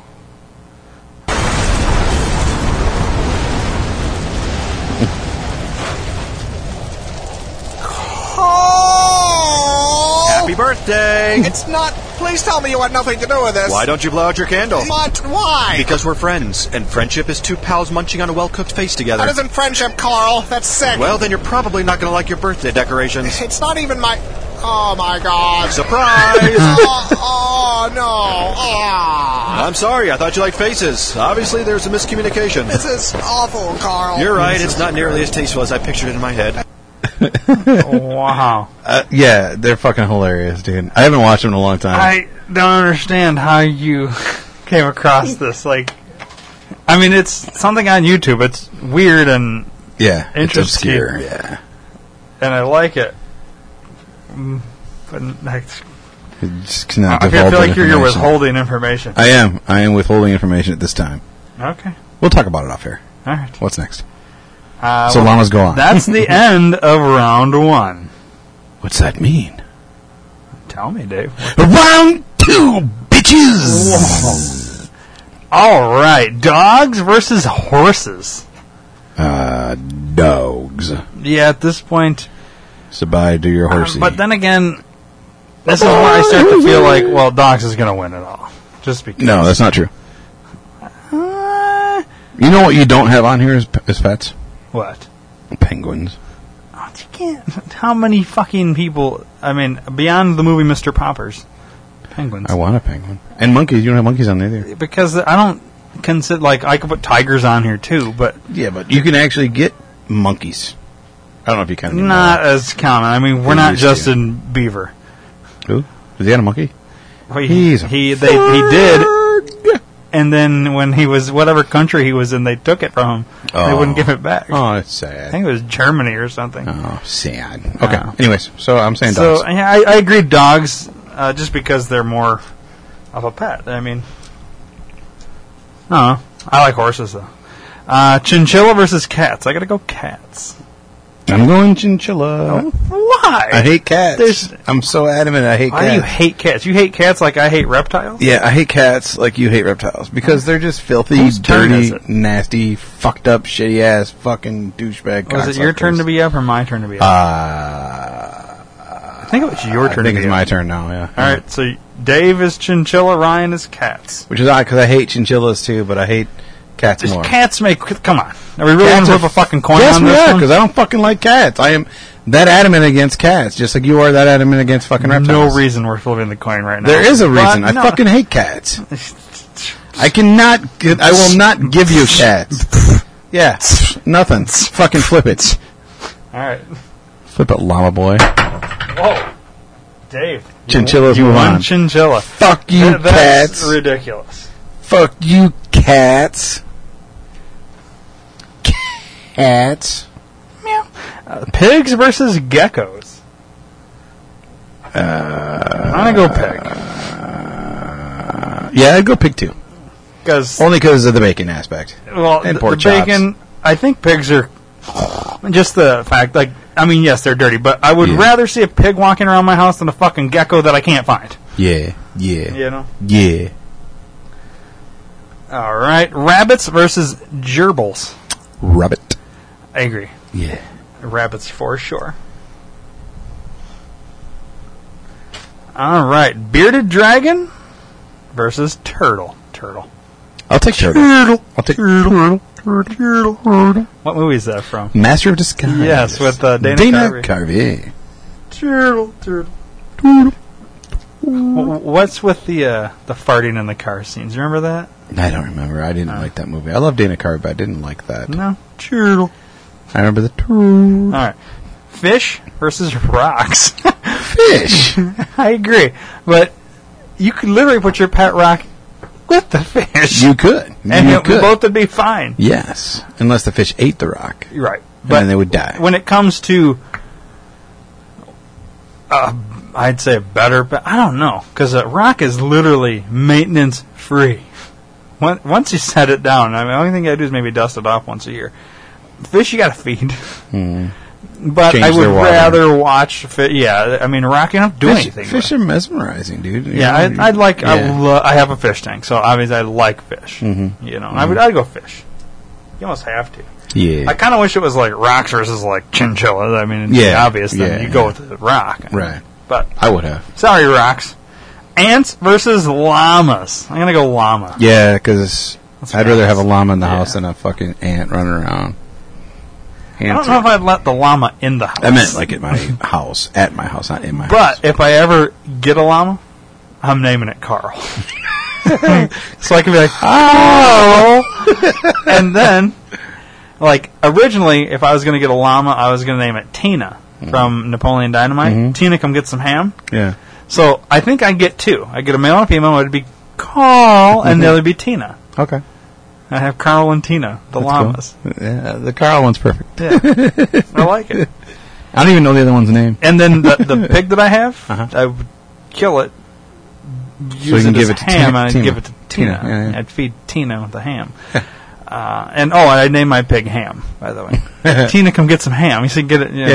Carl!
Happy birthday!
Oh! It's not. Please tell me you had nothing to do with this.
Why don't you blow out your candle?
What? Why?
Because we're friends, and friendship is two pals munching on a well-cooked face together.
that isn't friendship, Carl. That's sick.
Well, then you're probably not going to like your birthday decorations.
it's not even my. Oh my God!
Surprise!
oh, oh, no! Ah.
I'm sorry, I thought you liked faces. Obviously, there's a miscommunication.
This is awful, Carl.
You're right, it's not nearly as tasteful as I pictured it in my head.
wow.
uh, yeah, they're fucking hilarious, dude. I haven't watched them in a long time.
I don't understand how you came across this. Like, I mean, it's something on YouTube. It's weird and
Yeah, it's
Interesting.
obscure. Yeah,
and I like it. Mm, But I,
It just cannot
I feel
divulge
like you're, you're
information.
withholding information.
I am. I am withholding information at this time.
Okay,
We'll talk about it off here.
all right.
What's next?
Uh,
so
well,
llamas go on.
that's the end of round one.
What's that mean?
Tell me, Dave.
Round two, bitches.
All right, dogs versus horses.
Uh, dogs.
Yeah, at this point,
So bye to your
Um,
horsey.
But then again, this is where I start to feel like, well, Docs is going to win it all. Just because.
no, that's not true.
Uh,
You know what you don't have on here is, is pets?
what?
Penguins.
Oh, you can't. How many fucking people? I mean, beyond the movie Mr. Poppers, penguins.
I want a penguin. And monkeys. You don't have monkeys on there either.
because I don't consider like I could put tigers on here too, but
Yeah, but you can actually get monkeys. I don't know if you kind of
not as common. I mean, we're
They
not
used to.
Justin Beaver.
Who? Is he on a monkey?
He
He's a
he they, he did. And then when he was whatever country he was in, they took it from him. They
Oh.
wouldn't give it back.
Oh, that's
I
sad.
think it was Germany or something.
Oh, sad. Okay.
Oh.
Anyways, so I'm saying
so
dogs.
yeah, I, I agree, dogs, uh, just because they're more of a pet. I mean, no, I like horses though. Uh, chinchilla versus cats. I gotta go cats.
I'm going chinchilla.
Why?
I hate cats.
There's-
I'm so adamant. I hate
Why
cats.
do you hate cats? You hate cats like I hate reptiles.
yeah, I hate cats like you hate reptiles because they're just filthy,
Whose turn is
dirty,
it?
nasty, fucked up, shitty ass, fucking douchebag.
Was Oh, it your
cocksuckers.
turn to be up or my turn to be up?
Uh,
I think it was your
I
turn.
think
to
it's
be
my
up.
turn now. Yeah.
All right. So Dave is chinchilla. Ryan is cats.
Which is odd because I hate chinchillas too, but I hate cats
Does
more.
cats make? Come on. Are we really going
Cats
to
are-
flip a fucking coin
yes,
on
we
this
are
one?
because I don't fucking like cats. I am that adamant against cats, just like you are that adamant against fucking reptiles.
No reason we're flipping the coin right now.
There is a
But
reason. I
no.
fucking hate cats. I cannot. gi- I will not give you cats. Yeah, nothing. Fucking flip it.
All right.
Flip it, llama boy.
Whoa, Dave.
Chinchillas
you
move
won
on.
chinchilla.
Fuck you,
That- that's
cats.
ridiculous.
Fuck you, cats. Cats.
Uh, pigs versus geckos.
Uh,
I'm gonna go pig
Yeah, I'd go pig too.
because
Only because of the bacon aspect.
well,
Oh, and
th- the
pork chops.
bacon. I think pigs are just the fact. Like, I mean, yes, they're dirty, but I would
Yeah.
rather see a pig walking around my house than a fucking gecko that I can't find.
Yeah, yeah,
You know.
yeah.
All right, rabbits versus gerbils.
Rabbit.
I agree.
Yeah.
Rabbits for sure. All right, bearded dragon versus turtle. Turtle.
I'll take turtle. I'll take
Turtle. Turtle. Turtle. What movie is that from?
Master of Disguise.
Yes, with, uh, Dana Carvey.
Carvey.
Turtle. Turtle. What's with the uh, the farting in the car scenes? Remember that?
I don't remember. I didn't like that movie. I love Dana Carvey, but I didn't like that.
Oh. No. Turtle.
I remember the
All
turtle.
right. Fish versus rocks.
fish.
I agree, but you could literally put your pet rock with the fish.
you could.
and
you
it,
could.
both would be fine.
yes, unless the fish ate the rock,
You're right.
and then they would die.
when it comes to, uh, I'd say better, but I don't know because a rock is literally maintenance free. When- Once you set it down, I mean, the only thing I do is maybe dust it off once a year. Fish, you got to feed. But
Hmm. Change
I would
their water.
rather watch. Fi- yeah, I mean, rock. You don't do
fish,
anything. with
fish are mesmerizing, dude. You
Yeah,
know,
I, I'd like.
yeah. Mm-hmm.
I, lo- I have a fish tank, so obviously I like fish. You know, I would. I'd go fish. You almost have to.
yeah.
I kind of wish it was like rocks versus like chinchillas. I mean, it's
Yeah,
obvious that
yeah,
you go
yeah.
with the rock.
right.
But
I would have.
sorry, rocks. Ants versus llamas. I'm gonna go llama.
Yeah, because I'd rather have a llama in the
Yeah.
house than a fucking ant running around.
I don't know if I'd let the llama in the house.
I meant like at my house, at my house, not in my house.
But if I ever get a llama, I'm naming it Carl. so I can be like, oh! and then, like, originally, if I was going to get a llama, I was going to name it Tina
Mm-hmm.
from Napoleon Dynamite. Tina, come get some ham.
But yeah,
So I think I get two. I get a male and a female. It'd be Carl,
Mm-hmm.
and the other would be Tina.
Okay.
I have Carl and Tina, the llamas.
Yeah, the Carl one's perfect.
Yeah, I like it.
I don't even know the other one's name.
And then the, the pig that I have,
Uh-huh.
I would kill it.
you
use
can
it as
give it to
ham.
Tina-
and I'd
Tina.
give it to
Tina,
Tina.
yeah, yeah.
I'd feed Tina with the ham. uh, and oh, I would name my pig Ham. By the way, Tina, come get some ham. You said get it.
Yeah,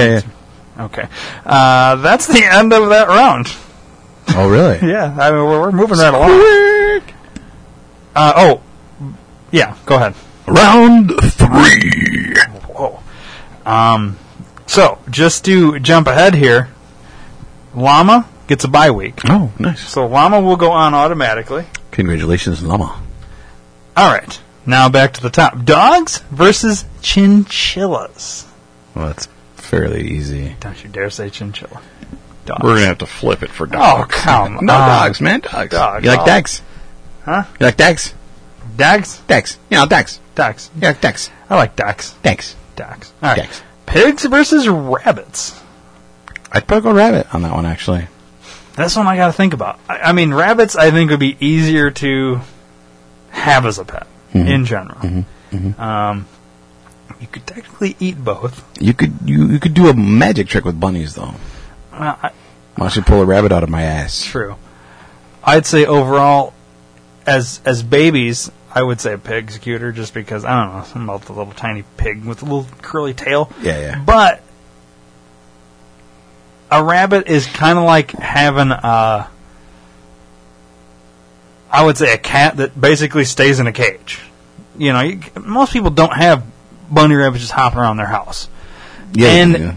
yeah.
Okay, uh, that's the end of that round.
Oh, really?
Yeah, I mean we're, we're moving right along. Uh, oh, yeah. Go ahead.
Round three.
Whoa. Um, so just to jump ahead here, llama gets a bye week,
Oh, nice.
so llama will go on automatically.
Congratulations, Llama.
All right. Now back to the top. Dogs versus chinchillas.
Well, that's fairly easy.
Don't you dare say chinchilla. Dogs.
We're gonna have to flip it for
oh,
dogs.
come on.
no dogs, man, dogs. Oh.
Dogs.
You like dogs?
Huh?
You like dogs?
Dogs?
Dogs. You know dogs.
Dogs.
You like dogs?
I like dogs.
Dogs.
Dogs. All right.
Dogs.
Pigs versus rabbits.
I'd probably go rabbit on that one, actually.
That's one I got to think about. I, I mean, rabbits I think would be easier to have as a pet in general. Um, you could technically eat both.
You could you, you could do a magic trick with bunnies though.
Well, I,
I should pull a rabbit out of my ass.
True. I'd say overall, as as babies, I would say a pig's cuter, just because I don't know something about the little tiny pig with a little curly tail.
Yeah, yeah.
But a rabbit is kind of like having a, I would say a cat that basically stays in a cage. You know, you, most people don't have bunny rabbits just hopping around their house
Yeah,
And-
yeah,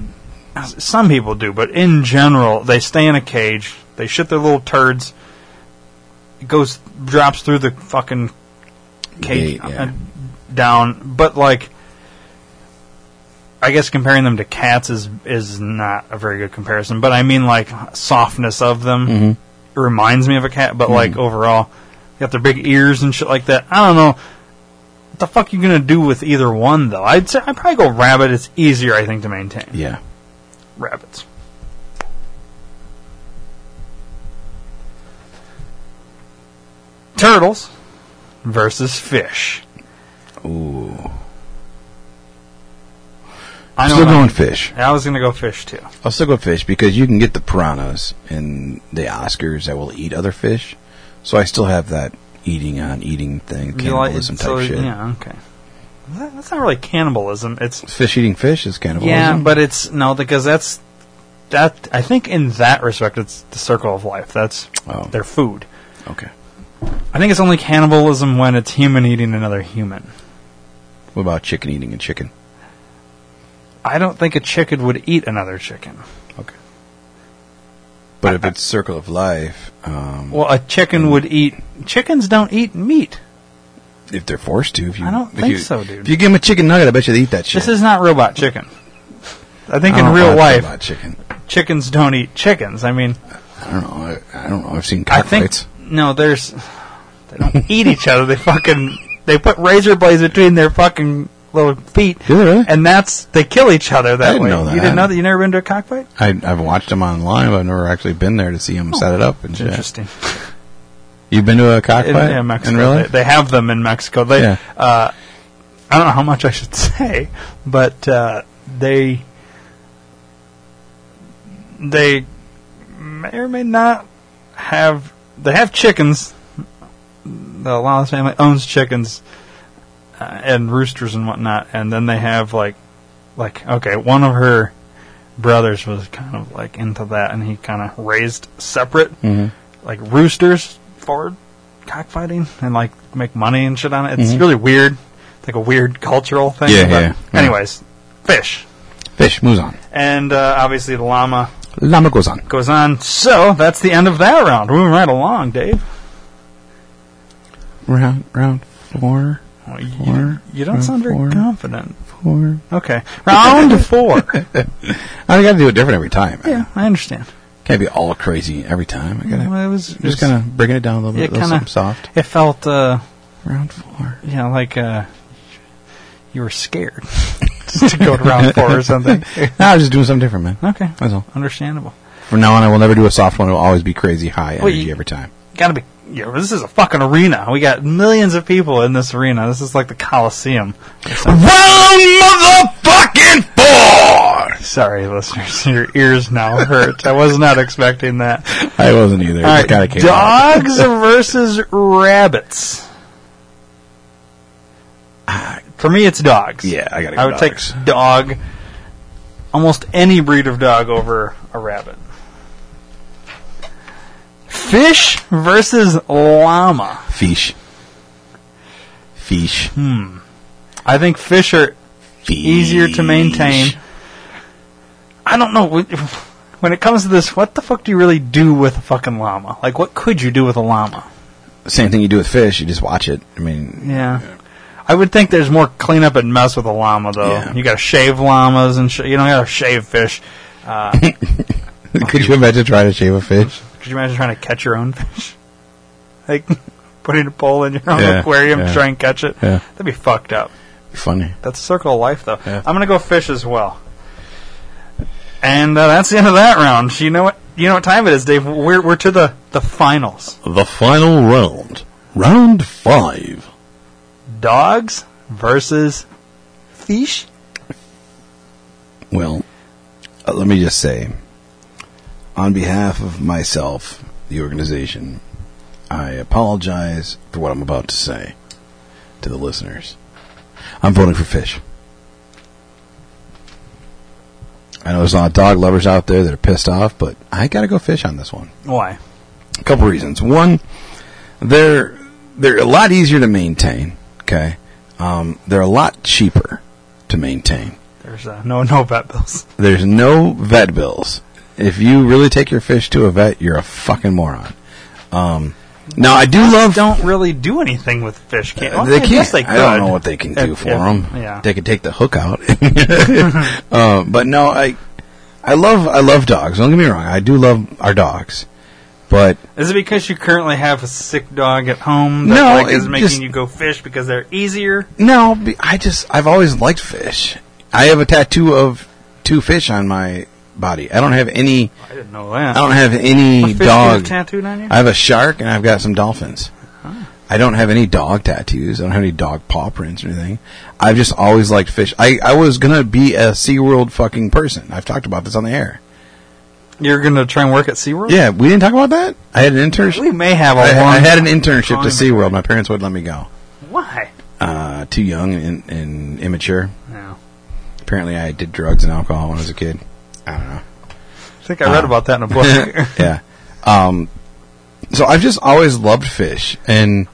yeah.
some people do, but in general, they stay in a cage. They shit their little turds. It goes drops through the fucking cage
Gate, yeah.
uh, down. But like, I guess comparing them to cats is is not a very good comparison. But I mean, like softness of them
Mm-hmm.
it reminds me of a cat. But like overall, they got their big ears and shit like that. I don't know. What the fuck you gonna do with either one though? I'd say I'd probably go rabbit. It's easier, I think, to maintain
yeah.
rabbits. Turtles versus fish.
Ooh.
I
I'm
know
still
what
going fish.
I, I was going to go fish too.
I'll still go fish because you can get the piranhas and the Oscars that will eat other fish. So I still have that eating on eating thing,
You like-
cannibalism type
so,
shit.
Yeah, okay. That- That's not really cannibalism. It's
Fish eating fish is cannibalism.
yeah, but it's no because that's that. I think in that respect, it's the circle of life. That's
Oh.
their food.
okay.
I think it's only cannibalism when it's human eating another human.
What about chicken eating a chicken?
I don't think a chicken would eat another chicken.
Okay. But if it's circle of life, um,
Well, a chicken would eat. Chickens don't eat meat.
if they're forced to, if you
I don't
if
think
you-
so, dude.
If you give them a chicken nugget, I bet you they eat that shit.
This is not robot chicken. I think
I
in
don't know
real
about
life,
robot chicken.
chickens don't eat chickens. I mean,
I don't know. I, I don't know. I've seen
I think
cockfights.
no, there's they don't eat each other. They fucking they put razor blades between their fucking little feet,
Do they really?
and that's they kill each other that
didn't
way.
know that.
You didn't know that? You never been to a cockfight?
I, I've watched them online, but I've never actually been there to see them set it up and shit.
Oh, Interesting.
You've been to a cockfight
In, yeah, Mexico,
in real
they,
life?
they have them in Mexico. They,
Yeah.
uh, I don't know how much I should say, but uh, they they may or may not have they have chickens. The Lalas family owns chickens uh, and roosters and whatnot, and then they have like like okay, one of her brothers was kind of like into that, and he kind of raised separate
Mm-hmm.
like roosters for cockfighting and like make money and shit on it. It's really weird, like a weird cultural thing.
Mm-hmm. Yeah,
but
yeah, yeah.
Anyways, fish
Fish moves on.
and uh, obviously the llama
Llama goes on.
goes on. So that's the end of that round. Moving right along, Dave.
Round, round four,
Well, you,
Four.
you don't
Round
sound very
four.
confident.
four.
Okay, round four.
I got to do it different every time. man.
Yeah, I understand.
Can't be all crazy every time. I got to
Well, it was
just kind of bringing it down a little
it
bit, a little
kind
something
of
soft.
It felt uh,
Round four.
you know like uh, you were scared just to go to round four or something.
no, I was just doing something different, man.
Okay,
That's all.
understandable.
From now on, I will never do a soft one. It will always be crazy high
Well,
energy
you-
every time.
Got to be you know, this is a fucking arena. We got millions of people in this arena. This is like the Coliseum. or something.
Round motherfucking four!
Sorry, listeners, your ears now hurt. I was not expecting that.
I wasn't either.
All right,
It kinda came out.
dogs versus rabbits. For me, it's dogs.
Ah, Yeah, I gotta go
I would
dogs.
take dog, almost any breed of dog over a rabbit. Fish versus llama.
Fish. Fish.
I think fish are
Fish.
easier to maintain. I don't know. when- When it comes to this, what the fuck do you really do with a fucking llama? Like, what could you do with a llama?
Same thing you do with fish. You just watch it. I mean,
Yeah. I would think there's more cleanup and mess with a llama, though.
Yeah.
You got to shave llamas and sh- you don't got to shave fish.
could you imagine trying to shave a fish?
Could you imagine trying to catch your own fish? Like putting a pole in your own
Yeah,
aquarium
yeah.
to try and catch it.
Yeah.
That'd be fucked up.
Funny.
That's a circle of life, though.
Yeah.
I'm gonna go fish as well. And uh, that's the end of that round. You know what? You know what time it is, Dave. We're we're to the the finals.
The final round. Round five.
Dogs versus fish.
Well, uh, let me just say, on behalf of myself, the organization, I apologize for what I'm about to say to the listeners. I'm voting for fish. I know there's a lot of dog lovers out there that are pissed off, but I gotta go fish on this one.
Why?
A couple reasons. One, they're they're a lot easier to maintain. Okay, um, they're a lot cheaper to maintain
There's uh, no no vet bills.
there's no vet bills. If you really take your fish to a vet, you're a fucking moron. Um, now I do love.
don't really do anything with fish. Can't, well,
they
I guess
can't.
They could.
I don't know what they can do
If-
for
if-
them.
Yeah.
They could take the hook out. um, but no, I, I love, I love dogs. Don't get me wrong. I do love our dogs, but
is it because you currently have a sick dog at home that
No,
like, is
it
making
just-
you go fish because they're easier?
No, be- I just I've always liked fish. I have a tattoo of two fish on my body. I don't have any.
I didn't know that.
I don't have any
What fish do you
dog
have tattooed on you?
I have a shark and I've got some dolphins. I don't have any dog tattoos. I don't have any dog paw prints or anything. I've just always liked fish. I, I was gonna be a SeaWorld fucking person. I've talked about this on the air.
You're gonna try and work at SeaWorld?
Yeah, we didn't talk about that. I had an
We
internship.
may have a
I,
long.
I had an internship to
time.
SeaWorld. My parents would not let me go.
Why?
Uh, too young and, and immature.
No.
Apparently, I did drugs and alcohol when I was a kid. I don't know.
I think I read about that in a book.
yeah. Um, so I've just always loved fish, and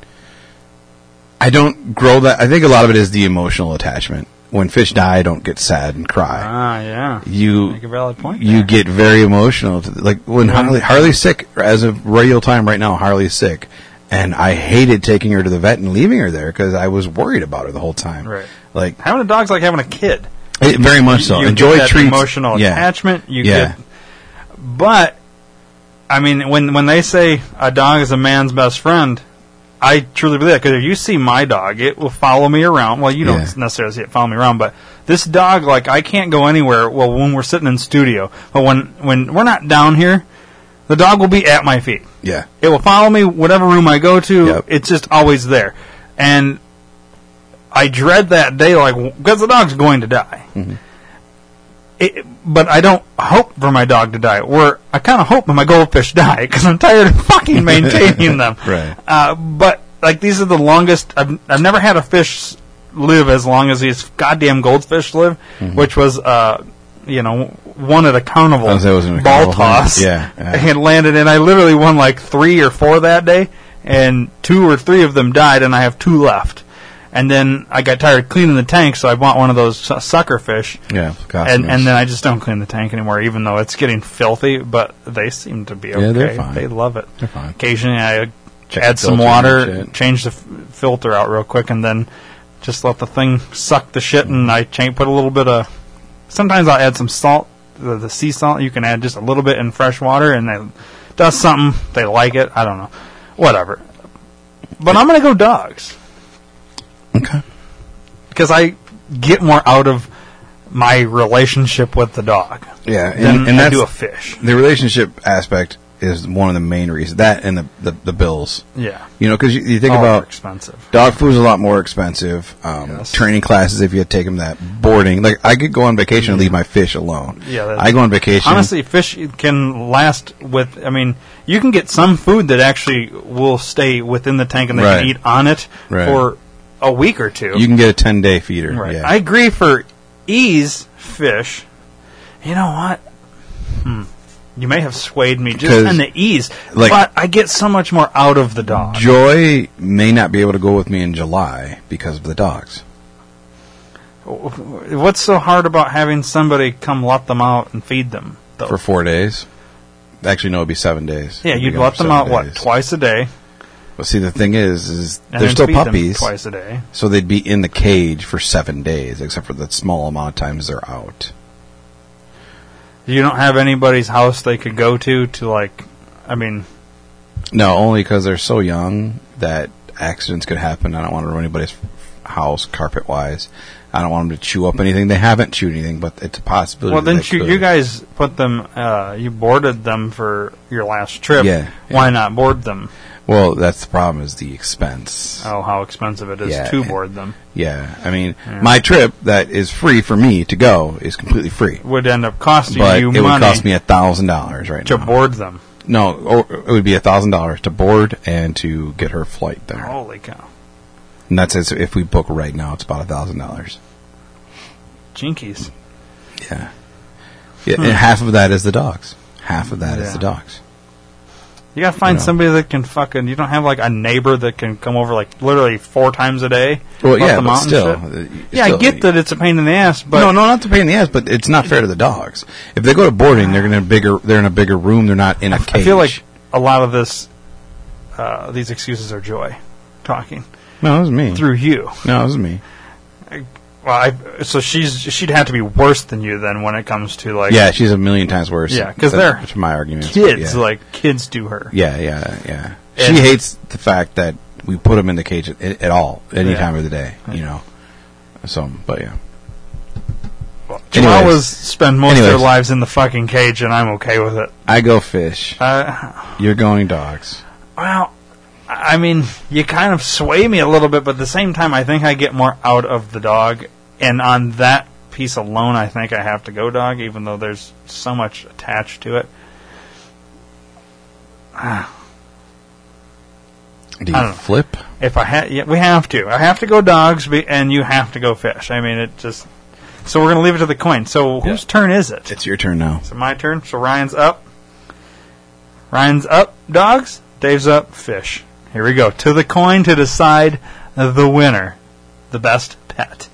I don't grow that. I think a lot of it is the emotional attachment. When fish die, I don't get sad and cry.
ah, yeah.
you
Make a valid point.
you
there.
get very emotional. To, like when Harley Harley's sick as of real time right now. Harley's sick, and I hated taking her to the vet and leaving her there because I was worried about her the whole time.
Right.
Like
having a dog's like having a kid.
it, very much so.
you
Enjoy
get that
treats.
emotional
yeah.
attachment. You
Yeah.
get, but I mean, when when they say a dog is a man's best friend, I truly believe that because if you see my dog, it will follow me around. Well, you don't
Yeah.
necessarily see it follow me around, but this dog, like, I can't go anywhere. Well, when we're sitting in studio, but when when we're not down here, the dog will be at my feet.
Yeah.
It will follow me whatever room I go to.
Yep.
It's just always there, and I dread that day, like because the dog's going to die.
Mm-hmm.
It, but I don't hope for my dog to die. Where I kind of hope my goldfish die because I'm tired of fucking maintaining them.
Right.
Uh, but like these are the longest. I've, I've never had a fish live as long as these goddamn goldfish live, which was uh, you know one at a carnival
Mm-hmm. I was- I was in a
ball
carnival,
toss.
yeah, yeah.
and landed, and I literally won like three or four that day, and two or three of them died, and I have two left. And then I got tired cleaning the tank, so I bought one of those su- sucker fish.
Yeah.
And,
costumes.
and then I just don't clean the tank anymore, even though it's getting filthy. But they seem to be okay.
Yeah, they're fine.
They love it.
They're fine.
Occasionally, I
Check
add
the
some
filter and
water,
shit.
change the f- filter out real quick, and then just let the thing suck the shit.
Mm-hmm.
And I change, put a little bit of. Sometimes I'll add some salt, the, the sea salt. You can add just a little bit in fresh water, and it does something. They like it. I don't know. Whatever. But I'm gonna go dogs
okay.
because I get more out of my relationship with the dog
Yeah,
than
and, and
I
that's
do a fish.
the relationship aspect is one of the main reasons. That and the, the, the bills.
Yeah.
You know, because you, you think
All
about
expensive.
Dog food's a lot more expensive. Um,
Yes.
Training classes, if you take them that boarding, like I could go on vacation and leave my fish alone.
Yeah, that-
I go on vacation.
Honestly, fish can last with. I mean, you can get some food that actually will stay within the tank and they
Right.
can eat on it
Right.
for a week or two.
you can get a ten day feeder.
right.
Yeah.
I agree for ease fish. You know what? Hmm. You may have swayed me just
'Cause,
on the ease,
like-
but I get so much more out of the dog.
Joy may not be able to go with me in July because of the dogs.
What's so hard about having somebody come let them out and feed them? Though?
for four days. Actually, no, it'd be seven days.
Oh. yeah,
It'd
you'd
be
let them
seven
out what
days.
twice a day,
Well, see, the thing is, is
and
they're
then
still
feed them
puppies,
twice a day.
so they'd be in the cage for seven days, except for the small amount of times they're out.
You don't have anybody's house they could go to to like. I mean,
No, only because they're so young that accidents could happen. I don't want to ruin anybody's house carpet wise. I don't want them to chew up anything. They haven't chewed anything, but it's a possibility.
well,
that
then
they
you,
could.
you guys put them. Uh, you boarded them for your last trip.
Yeah, yeah.
Why not board them?
Well, that's the problem is the expense.
Oh, how expensive it is
Yeah,
to
yeah.
board them.
Yeah, I mean, my trip that is free for me to go is completely free,
Would end up costing
but
you
it would
money
cost me a thousand dollars right
to
now.
board them.
No, or it would be a thousand dollars to board and to get her flight there.
Holy cow,
And that's it. So if we book right now, it's about a thousand dollars.
jinkies!
Yeah. yeah And half of that is the dogs. Half of that
Hmm.
is
Yeah.
the dogs.
You gotta find
You know.
somebody that can fucking. You don't have like a neighbor that can come over like literally four times a day.
Well,
up
yeah,
the
but
mountain
still,
shit.
uh, you-
yeah,
still-
I get that it's a pain in the ass, but
no, no, not to pain in the ass, but it's not fair to the dogs. If they go to boarding, they're in a bigger, they're in a bigger room. They're not in a cage.
I feel like a lot of this, uh, these excuses are joy talking
no, it was me.
through you.
No, it was me.
Well, I, so she's she'd have to be worse than you then when it comes to like
Yeah, she's a million times worse.
Yeah, 'cause
That's
they're
my argument.
kids
Yeah.
like kids do her.
Yeah, yeah, yeah.
And-
she hates the fact that we put them in the cage at, at all, any
Yeah.
time of the day. You know, so but yeah,
Chihuahuas
Anyways.
spend most of
Anyways.
their lives in the fucking cage, and I'm okay with it.
I go fish.
Uh,
You're going dogs.
well, I mean, you kind of sway me a little bit, but at the same time, I think I get more out of the dog, and on that piece alone, I think I have to go dog, even though there's so much attached to it.
Do
I
you
don't know.
flip?
If I had, yeah, we have to. I have to go dogs, be- and you have to go fish. I mean, it just. So we're gonna leave it to the coin. So whose turn is it?
It's your turn now.
So my turn. So Ryan's up. Ryan's up. Dogs. Dave's up. Fish. Here we go. To the coin to decide the winner, the best pet.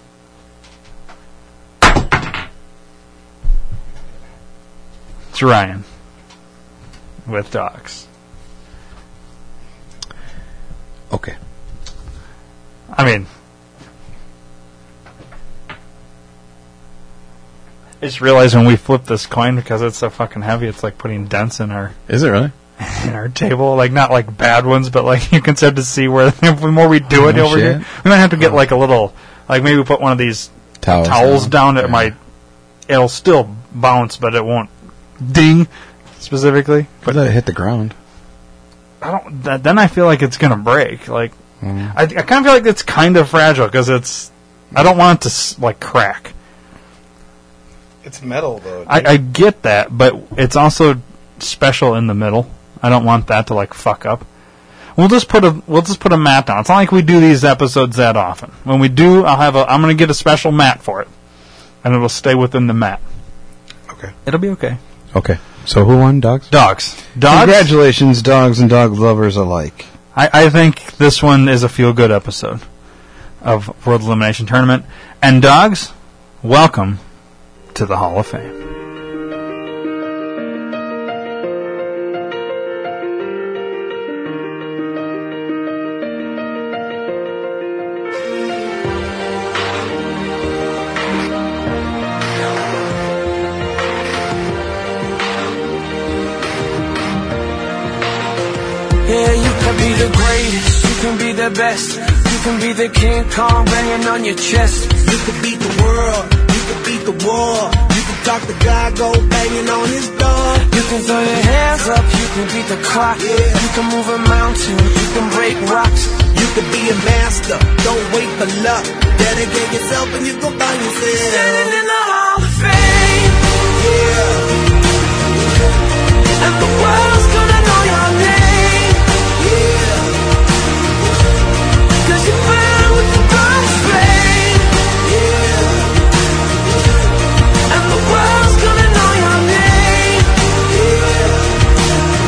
It's Ryan with dogs.
Okay.
I mean, I just realized when we flip this coin because it's so fucking heavy, it's like putting dents in our
Is it really?
in our table. Like not like bad ones, but like you can start to see where the more we do it
Oh,
over
shit. Oh.
here, we might have to get like a little like maybe put one of these
Towels
towels down that
Yeah.
might it'll still bounce, but it won't ding specifically.
But that hit the ground.
I don't. Th- then I feel like it's gonna break. Like I, I kind of feel like it's kind of fragile because it's. I don't want it to s- like crack.
It's metal though.
I, I get that, but it's also special in the middle. I don't want that to like fuck up. We'll just put a we'll just put a mat down. It's not like we do these episodes that often. When we do, I'll have a I'm gonna get a special mat for it, and it'll stay within the mat.
Okay.
it'll be okay.
Okay. So who won, dogs?
Dogs, dogs.
Congratulations, dogs and dog lovers alike.
I, I think this one is a feel good episode of World Elimination Tournament. And dogs, welcome to the Hall of Fame.
Yeah, you can be the greatest, you can be the best, you can be the King Kong banging on your chest.
You could beat the world. You could beat the war. You could
Dr. Guy go banging on his door.
You can throw your hands up, you can beat the clock. You can move a mountain, you can break rocks.
You could be a master, don't wait for luck. Dedicate yourself and you go find
Standing
yourself.
in the Hall of Fame,
Yeah,
and the world's gonna know your name.
yeah,
Cause you burn with the burning flame,
yeah,
and the world's gonna know your name.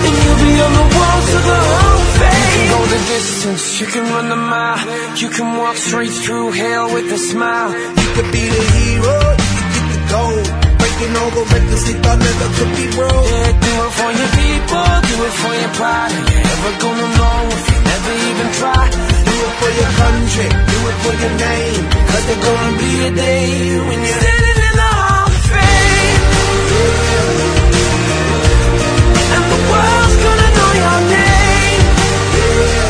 And you'll be on the walls of the Hall of Fame. You can go the distance, you can run the mile, you can walk straight through hell with a smile.
You could be the hero, you get the gold. Breaking all the records they thought never could be broke.
Yeah, do it for your people, do it for your pride. Are you never gonna know if you never even try?
Do it for your country, do it for your name. Cause there's gonna be a day when you're
Standing in the Hall of Fame. And the world's gonna know your name.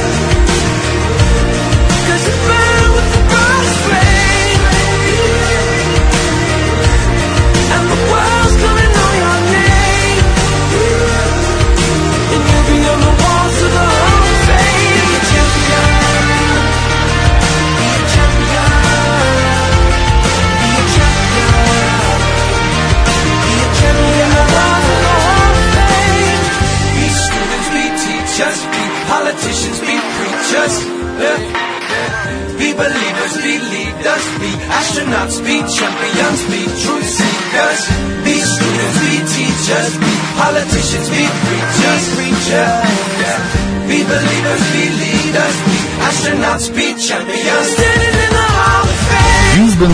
Cause you burn with the brightest flame. And the world's gonna know your name. And you'll be on the walls of the Hall of Fame. Be a champion. Be a champion. Be a champion. Be a champion of love and the whole thing. Be students, be teachers, be politicians, be preachers. Look. Be believers, be leaders, be astronauts, be champions, be truth seekers. Be students, be teachers, be politicians, be preachers, preachers. Yeah. Be believers, be leaders, be astronauts, be champions. Standing in the hall of fame.
You've been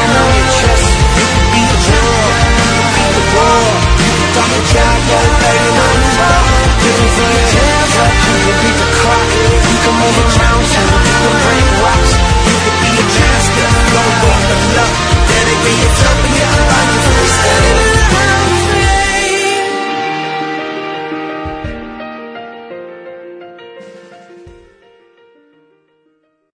you know you should.